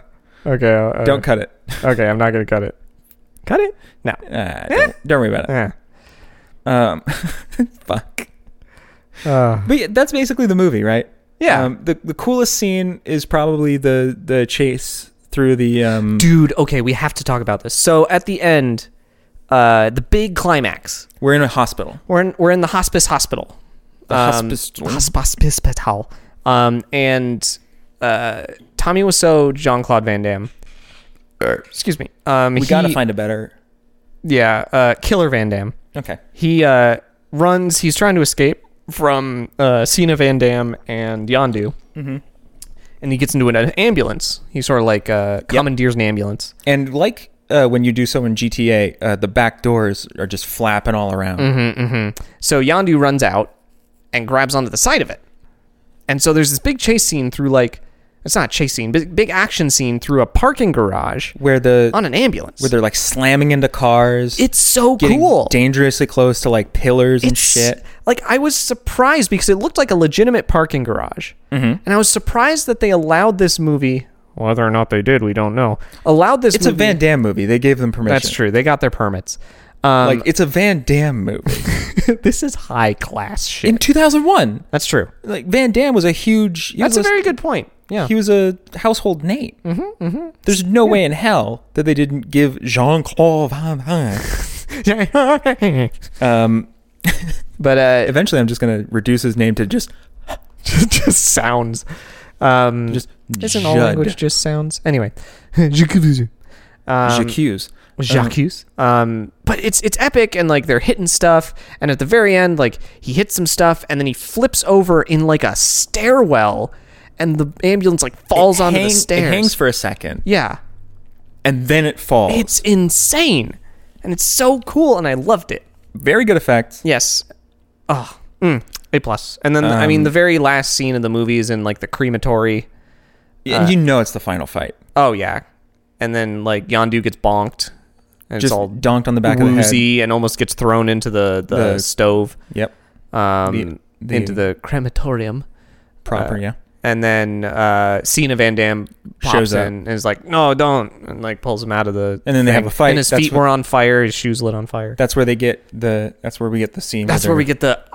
Speaker 6: okay. uh,
Speaker 1: Don't cut it.
Speaker 6: Okay, I'm not gonna cut it.
Speaker 2: Got it? No.
Speaker 1: Ah, don't, don't worry about it.
Speaker 6: Eh.
Speaker 1: Um, fuck.
Speaker 6: Uh,
Speaker 1: But yeah, that's basically the movie, right?
Speaker 2: Yeah.
Speaker 1: Um, the the coolest scene is probably the the chase through the um.
Speaker 2: Dude, okay, we have to talk about this. So at the end, uh, the big climax.
Speaker 1: We're in a hospital.
Speaker 2: We're in we're in the hospice hospital.
Speaker 1: The
Speaker 2: Um,
Speaker 1: hospital.
Speaker 2: Hospice hospital. Um, and uh, Tommy Wiseau, Jean Claude Van Damme. Excuse me. Um,
Speaker 1: We
Speaker 2: he-
Speaker 1: gotta find a better.
Speaker 2: Yeah, uh, Killer Van Damme.
Speaker 1: Okay.
Speaker 2: He uh, runs. He's trying to escape from uh, Cena Van Dam and Yondu, and he gets into an ambulance. He sort of like uh, commandeers an ambulance.
Speaker 1: And like uh, when you do so in GTA, uh, the back doors are just flapping all around.
Speaker 2: Mm-hmm. So Yondu runs out and grabs onto the side of it, and so there's this big chase scene through like it's not a chase scene, but big action scene through a parking garage
Speaker 1: Where the
Speaker 2: on an ambulance.
Speaker 1: where they're like slamming into cars.
Speaker 2: it's so
Speaker 1: getting
Speaker 2: cool.
Speaker 1: Dangerously close to like pillars and
Speaker 2: It's-
Speaker 1: shit.
Speaker 2: Like I was surprised because it looked like a legitimate parking garage, mm-hmm. and I was surprised that they allowed this movie. Whether or not they did, we don't know. Allowed this.
Speaker 1: It's a
Speaker 2: movie,
Speaker 1: Van Damme movie. They gave them permission.
Speaker 2: That's true. They got their permits. Um,
Speaker 1: Like it's a Van Damme movie.
Speaker 2: this is high class shit.
Speaker 1: in 2001,
Speaker 2: that's true.
Speaker 1: like Van Damme was a huge. he
Speaker 2: That's a
Speaker 1: was
Speaker 2: very good point. Yeah.
Speaker 1: He was a household name. Mm-hmm, There's no way in hell that they didn't give Jean Claude Van Damme. Um,
Speaker 2: but uh,
Speaker 1: eventually, I'm just gonna reduce his name to just
Speaker 2: it just sounds. Um,
Speaker 1: just
Speaker 2: isn't all
Speaker 1: Judd.
Speaker 2: language just sounds? Anyway, J'accuse. Um,
Speaker 1: J'accuse.
Speaker 2: Jacques. Um, but it's it's epic and like they're hitting stuff and at the very end like he hits some stuff and then he flips over in like a stairwell and the ambulance like falls
Speaker 1: It
Speaker 2: onto
Speaker 1: hang-
Speaker 2: the stairs.
Speaker 1: It hangs for a second,
Speaker 2: yeah.
Speaker 1: and then it falls.
Speaker 2: It's insane. And it's so cool and I loved it.
Speaker 1: very good effects.
Speaker 2: Yes. Oh. Mm. A plus. And then I
Speaker 1: Um,
Speaker 2: mean the very last scene of the movie is in like the crematory.
Speaker 1: and you know it's the final fight.
Speaker 2: Oh yeah. And then like Yondu gets bonked and
Speaker 1: Just
Speaker 2: it's all
Speaker 1: donked on the back of the head.
Speaker 2: woozy and almost gets thrown into the, the,
Speaker 1: The-
Speaker 2: stove.
Speaker 1: Yep.
Speaker 2: um,
Speaker 1: The- the-
Speaker 2: into the crematorium.
Speaker 1: Proper.
Speaker 2: Uh,
Speaker 1: yeah.
Speaker 2: And then uh, Cena Van Dam pops
Speaker 1: Shows
Speaker 2: in
Speaker 1: up.
Speaker 2: and is like, "No, don't!" and like pulls him out of the.
Speaker 1: And then they have a fight.
Speaker 2: And his
Speaker 1: That's
Speaker 2: feet
Speaker 1: what-
Speaker 2: were on fire. His shoes lit on fire.
Speaker 1: That's where they get the. That's where we get the scene.
Speaker 2: That's
Speaker 1: where
Speaker 2: where we
Speaker 1: they're-
Speaker 2: get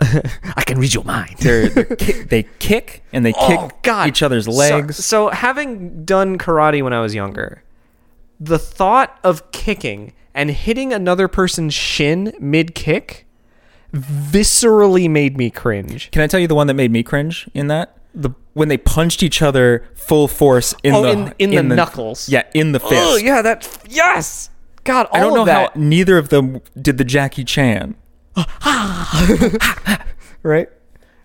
Speaker 2: the. I can read your mind.
Speaker 1: they're, they're ki- they kick and they
Speaker 2: oh
Speaker 1: kick
Speaker 2: God!
Speaker 1: each other's
Speaker 2: So-
Speaker 1: legs.
Speaker 2: So, having done karate when I was younger, the thought of kicking and hitting another person's shin mid kick viscerally made me cringe.
Speaker 1: Can I tell you the one that made me cringe in that? The when they punched each other full force in
Speaker 2: Oh,
Speaker 1: the
Speaker 2: in- in the knuckles.
Speaker 1: Yeah, in the fist.
Speaker 2: Oh yeah, that yes. God, all
Speaker 1: I don't
Speaker 2: of
Speaker 1: know
Speaker 2: that.
Speaker 1: how neither of them did the Jackie Chan.
Speaker 2: right?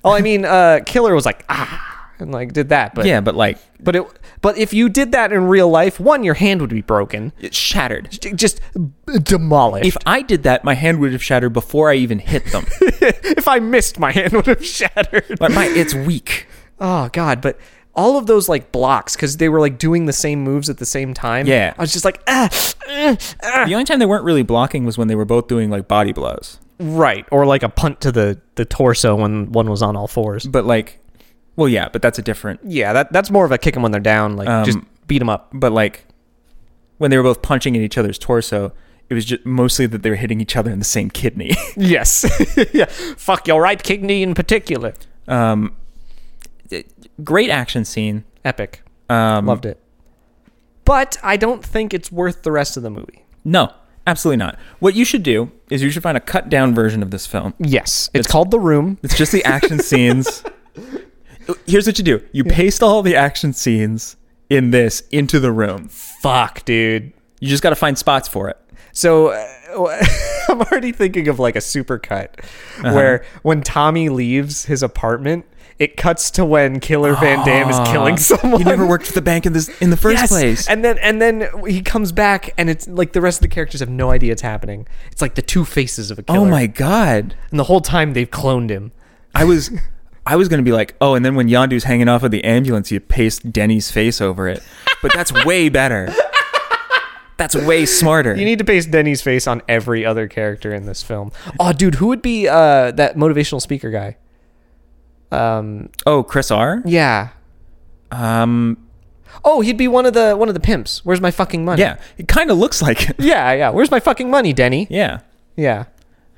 Speaker 2: Oh, I mean, uh, Killer was like ah, and like did that, but
Speaker 1: yeah, but like
Speaker 2: but it, but if you did that in real life, one, your hand would be broken,
Speaker 1: it shattered.
Speaker 2: j- just b- demolished.
Speaker 1: If I did that, my hand would have shattered before I even hit them.
Speaker 2: if I missed, my hand would have shattered.
Speaker 1: but my it's weak.
Speaker 2: oh God, but. All of those like blocks because they were like doing the same moves at the same time.
Speaker 1: Yeah.
Speaker 2: I was just like, ah, ah, ah.
Speaker 1: The only time they weren't really blocking was when they were both doing like body blows.
Speaker 2: right, or like a punt to the the torso when one was on all fours.
Speaker 1: But like Well, yeah, but that's a different.
Speaker 2: Yeah, that that's more of a kick them when they're down, like just
Speaker 1: Um,
Speaker 2: beat them up.
Speaker 1: But like when they were both punching at each other's torso, it was just mostly that they were hitting each other in the same kidney.
Speaker 2: Yes, yeah. Fuck your right kidney in particular.
Speaker 1: um, it- great action scene.
Speaker 2: Epic,
Speaker 1: Um,
Speaker 2: loved it. But I don't think it's worth the rest of the movie.
Speaker 1: No, absolutely not. What you should do is you should find a cut down version of this film.
Speaker 2: Yes, it's, called The Room.
Speaker 1: It's just the action scenes. Here's what you do: you paste all the action scenes in this into the room.
Speaker 2: Fuck, dude.
Speaker 1: You just got to find spots for it.
Speaker 2: So uh, I'm already thinking of like a supercut
Speaker 1: Uh-huh.
Speaker 2: where when Tommy leaves his apartment, it cuts to when Killer Van Damme is killing someone.
Speaker 1: He Ah, Uh, never worked for the bank in this in the first
Speaker 2: Yes.
Speaker 1: place.
Speaker 2: And then and then he comes back and it's like the rest of the characters have no idea it's happening. It's like the two faces of a killer.
Speaker 1: oh my god!
Speaker 2: And the whole time they've cloned him.
Speaker 1: I was, I was gonna be like, oh, and then when Yandu's hanging off of the ambulance, you paste Denny's face over it. But that's way better. That's way smarter.
Speaker 2: You need to paste Denny's face on every other character in this film. Oh dude, who would be uh that motivational speaker guy? Um
Speaker 1: oh, Chris R.
Speaker 2: yeah.
Speaker 1: Um,
Speaker 2: Oh, he'd be one of the one of the pimps. Where's my fucking money?
Speaker 1: yeah, it kind of looks like it.
Speaker 2: Yeah, yeah. Where's my fucking money, Denny?
Speaker 1: Yeah,
Speaker 2: Yeah.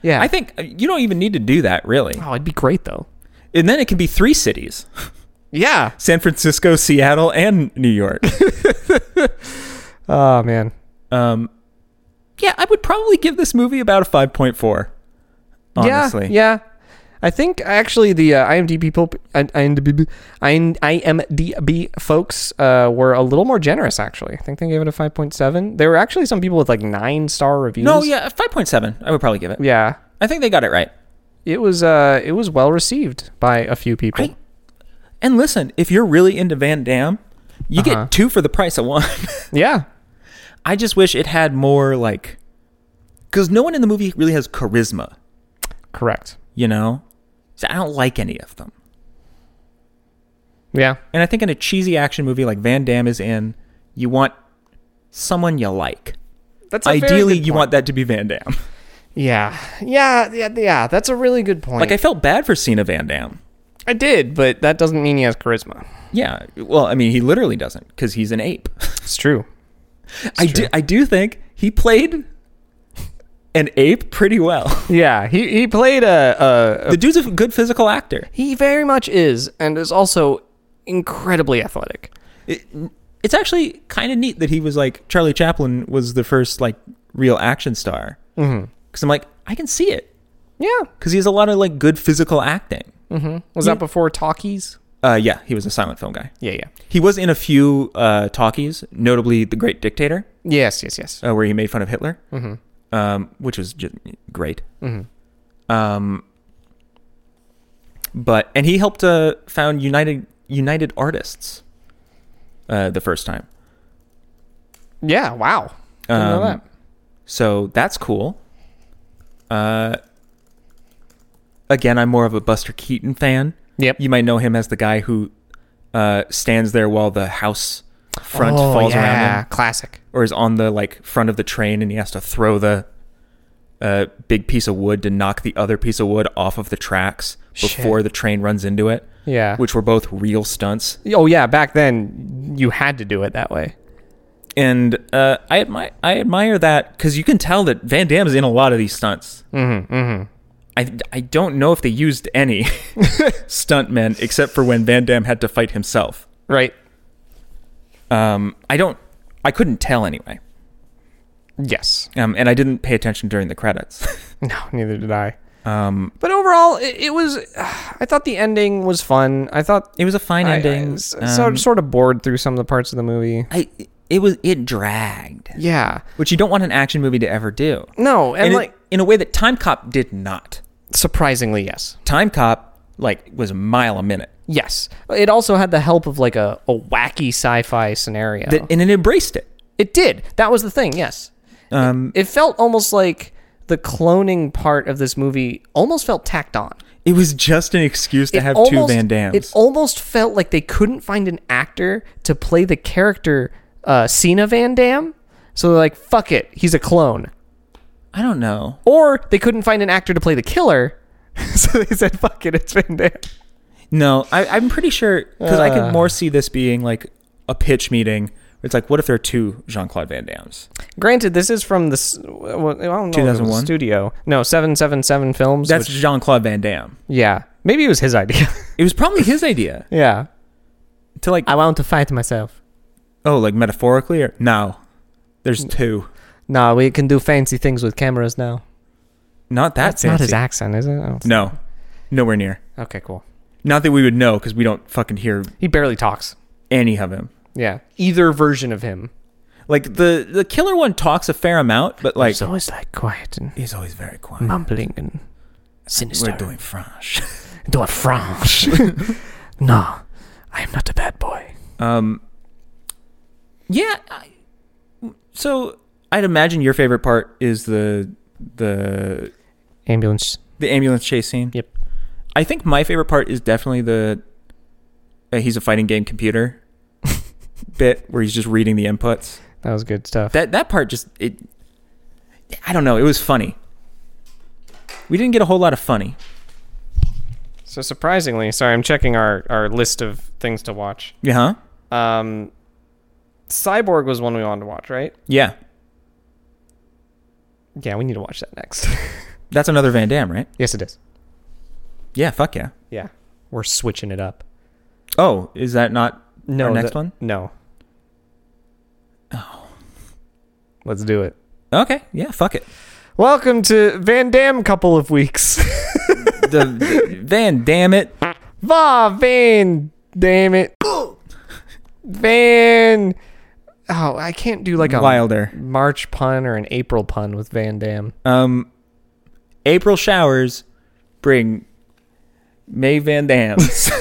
Speaker 2: Yeah.
Speaker 1: I think uh, you don't even need to do that really.
Speaker 2: oh, it'd be great though.
Speaker 1: And then it can be three cities:
Speaker 2: Yeah.
Speaker 1: San Francisco, Seattle, and New York.
Speaker 2: Oh man.
Speaker 1: Um, yeah, I would probably give this movie about a five point four. Honestly,
Speaker 2: Yeah. Yeah. I think actually the uh, IMDb people, I- IMDb, IMDb folks uh, were a little more generous. Actually, I think they gave it a five point seven. There were actually some people with like nine star reviews.
Speaker 1: No, yeah, five point seven. I would probably give it.
Speaker 2: yeah.
Speaker 1: I think they got it right.
Speaker 2: It was uh, it was well received by a few people.
Speaker 1: I- And listen, if you're really into Van Damme, you
Speaker 2: Uh-huh.
Speaker 1: get two for the price of one.
Speaker 2: yeah.
Speaker 1: I just wish it had more like, because no one in the movie really has charisma.
Speaker 2: Correct.
Speaker 1: You know, so I don't like any of them.
Speaker 2: Yeah.
Speaker 1: And I think in a cheesy action movie like Van Damme is in, you want someone you like.
Speaker 2: That's a very
Speaker 1: Ideally,
Speaker 2: good
Speaker 1: you
Speaker 2: point.
Speaker 1: want that to be Van Damme.
Speaker 2: Yeah. Yeah. Yeah. Yeah. That's a really good point.
Speaker 1: Like I felt bad for Cena Van Damme.
Speaker 2: I did, but that doesn't mean he has charisma.
Speaker 1: Yeah, well, I mean, he literally doesn't because he's an ape.
Speaker 2: It's true.
Speaker 1: I do, I do think he played an ape pretty well.
Speaker 2: Yeah. He he played a, a
Speaker 1: The dude's a good physical actor.
Speaker 2: He very much is, and is also incredibly athletic.
Speaker 1: It, it's actually kind of neat that he was like Charlie Chaplin was the first like real action star. Because
Speaker 2: Mm-hmm.
Speaker 1: I'm like, I can see it
Speaker 2: Yeah.
Speaker 1: because he has a lot of like good physical acting.
Speaker 2: Mm. Was that before talkies?
Speaker 1: Uh, yeah, he was a silent film guy.
Speaker 2: Yeah, yeah.
Speaker 1: He was in a few uh, talkies, notably The Great Dictator,
Speaker 2: Yes, yes, yes.
Speaker 1: uh, where he made fun of Hitler, mm-hmm. um, which was just great.
Speaker 2: Mm-hmm.
Speaker 1: Um, but and he helped uh, found United United Artists uh, the first time.
Speaker 2: Yeah, wow. Didn't know
Speaker 1: Um,
Speaker 2: that.
Speaker 1: So that's cool. Uh, again, I'm more of a Buster Keaton fan.
Speaker 2: Yep.
Speaker 1: You might know him as the guy who uh, stands there while the house front
Speaker 2: Oh,
Speaker 1: falls
Speaker 2: yeah,
Speaker 1: around him,
Speaker 2: Classic.
Speaker 1: or is on the like front of the train and he has to throw the uh, big piece of wood to knock the other piece of wood off of the tracks before the train runs into it.
Speaker 2: Yeah.
Speaker 1: Which were both real stunts.
Speaker 2: Oh yeah, back then you had to do it that way.
Speaker 1: and uh, I admire I admire that because you can tell that Van Damme's in a lot of these stunts. Mm-hmm, mm-hmm. I I don't know if they used any stuntmen except for when Van Damme had to fight himself.
Speaker 2: Right?
Speaker 1: Um, I don't I couldn't tell anyway,
Speaker 2: Yes.
Speaker 1: um, and I didn't pay attention during the credits.
Speaker 2: No, neither did I.
Speaker 1: um,
Speaker 2: But overall, it, it was. I thought the ending was fun. I thought
Speaker 1: it was a fine
Speaker 2: I- I
Speaker 1: ending.
Speaker 2: was sort-
Speaker 1: um,
Speaker 2: sort of bored through some of the parts of the movie.
Speaker 1: I it was it dragged,
Speaker 2: Yeah.
Speaker 1: which you don't want an action movie to ever do.
Speaker 2: No, and,
Speaker 1: And it-
Speaker 2: like
Speaker 1: in a way that Time Cop did not.
Speaker 2: surprisingly, yes.
Speaker 1: Time Cop like was a mile a minute.
Speaker 2: Yes. It also had the help of like a, a wacky sci fi scenario.
Speaker 1: that and it embraced it.
Speaker 2: it did. That was the thing, yes.
Speaker 1: Um,
Speaker 2: It felt almost like the cloning part of this movie almost felt tacked on.
Speaker 1: it was just an excuse to
Speaker 2: It
Speaker 1: have
Speaker 2: almost-
Speaker 1: two Van Dams.
Speaker 2: It almost felt like they couldn't find an actor to play the character uh, Cena Van Dam. So they're like, fuck it, he's a clone.
Speaker 1: I don't know.
Speaker 2: Or they couldn't find an actor to play the killer. so they said, fuck it, it's Van Dam.
Speaker 1: No, I, I'm pretty sure because I
Speaker 2: Uh.
Speaker 1: could more see this being like a pitch meeting. It's like, what if there are two Jean Claude Van Dams?
Speaker 2: Granted, this is from the s- well, I don't know if it was
Speaker 1: 2001?
Speaker 2: studio. No, seven seven seven films.
Speaker 1: That's
Speaker 2: which-
Speaker 1: Jean Claude Van Damme.
Speaker 2: yeah. Maybe it was his idea.
Speaker 1: It was probably his idea
Speaker 2: yeah.
Speaker 1: to like,
Speaker 7: I want to fight myself.
Speaker 1: oh, like metaphorically or no, there's two.
Speaker 7: No, we can do fancy things with cameras now.
Speaker 1: Not that
Speaker 2: That's not his
Speaker 1: fancy.
Speaker 2: accent, is it? I don't-
Speaker 1: No, nowhere near.
Speaker 2: Okay, cool.
Speaker 1: Not that we would know because we don't fucking hear
Speaker 2: He barely talks.
Speaker 1: any of him.
Speaker 2: Yeah. Either version of him.
Speaker 1: Like the the killer one talks a fair amount, but like
Speaker 2: He's always like quiet and
Speaker 1: he's always very quiet.
Speaker 2: mumbling and sinister.
Speaker 1: We're doing French.
Speaker 2: Do a French. no, I am not a bad boy.
Speaker 1: Um, yeah. I, so I'd imagine your favorite part is the the
Speaker 2: Ambulance.
Speaker 1: the ambulance chase scene.
Speaker 2: Yep.
Speaker 1: I think my favorite part is definitely the uh, he's a fighting game computer bit where he's just reading the inputs.
Speaker 2: That was good stuff.
Speaker 1: That that part just it. I don't know. It was funny. We didn't get a whole lot of funny.
Speaker 2: so surprisingly, sorry, I'm checking our, our list of things to watch.
Speaker 1: Yeah. Huh?
Speaker 2: Um, Cyborg was one we wanted to watch, right?
Speaker 1: Yeah.
Speaker 2: Yeah, we need to watch that next.
Speaker 1: That's another Van Damme, right?
Speaker 2: yes, it is.
Speaker 1: Yeah. Fuck yeah.
Speaker 2: Yeah, we're switching it up.
Speaker 1: Oh, is that not our next
Speaker 2: the-
Speaker 1: one? Oh.
Speaker 2: No. Oh. Let's do it.
Speaker 1: Okay. Yeah. Fuck it.
Speaker 2: Welcome to Van Damme couple of weeks.
Speaker 1: the Van Dam it.
Speaker 2: Va Van damn it. Van Oh, I can't do like a
Speaker 1: Wilder.
Speaker 2: March pun or an April pun with Van Damme.
Speaker 1: Um, April showers bring May Van Dams.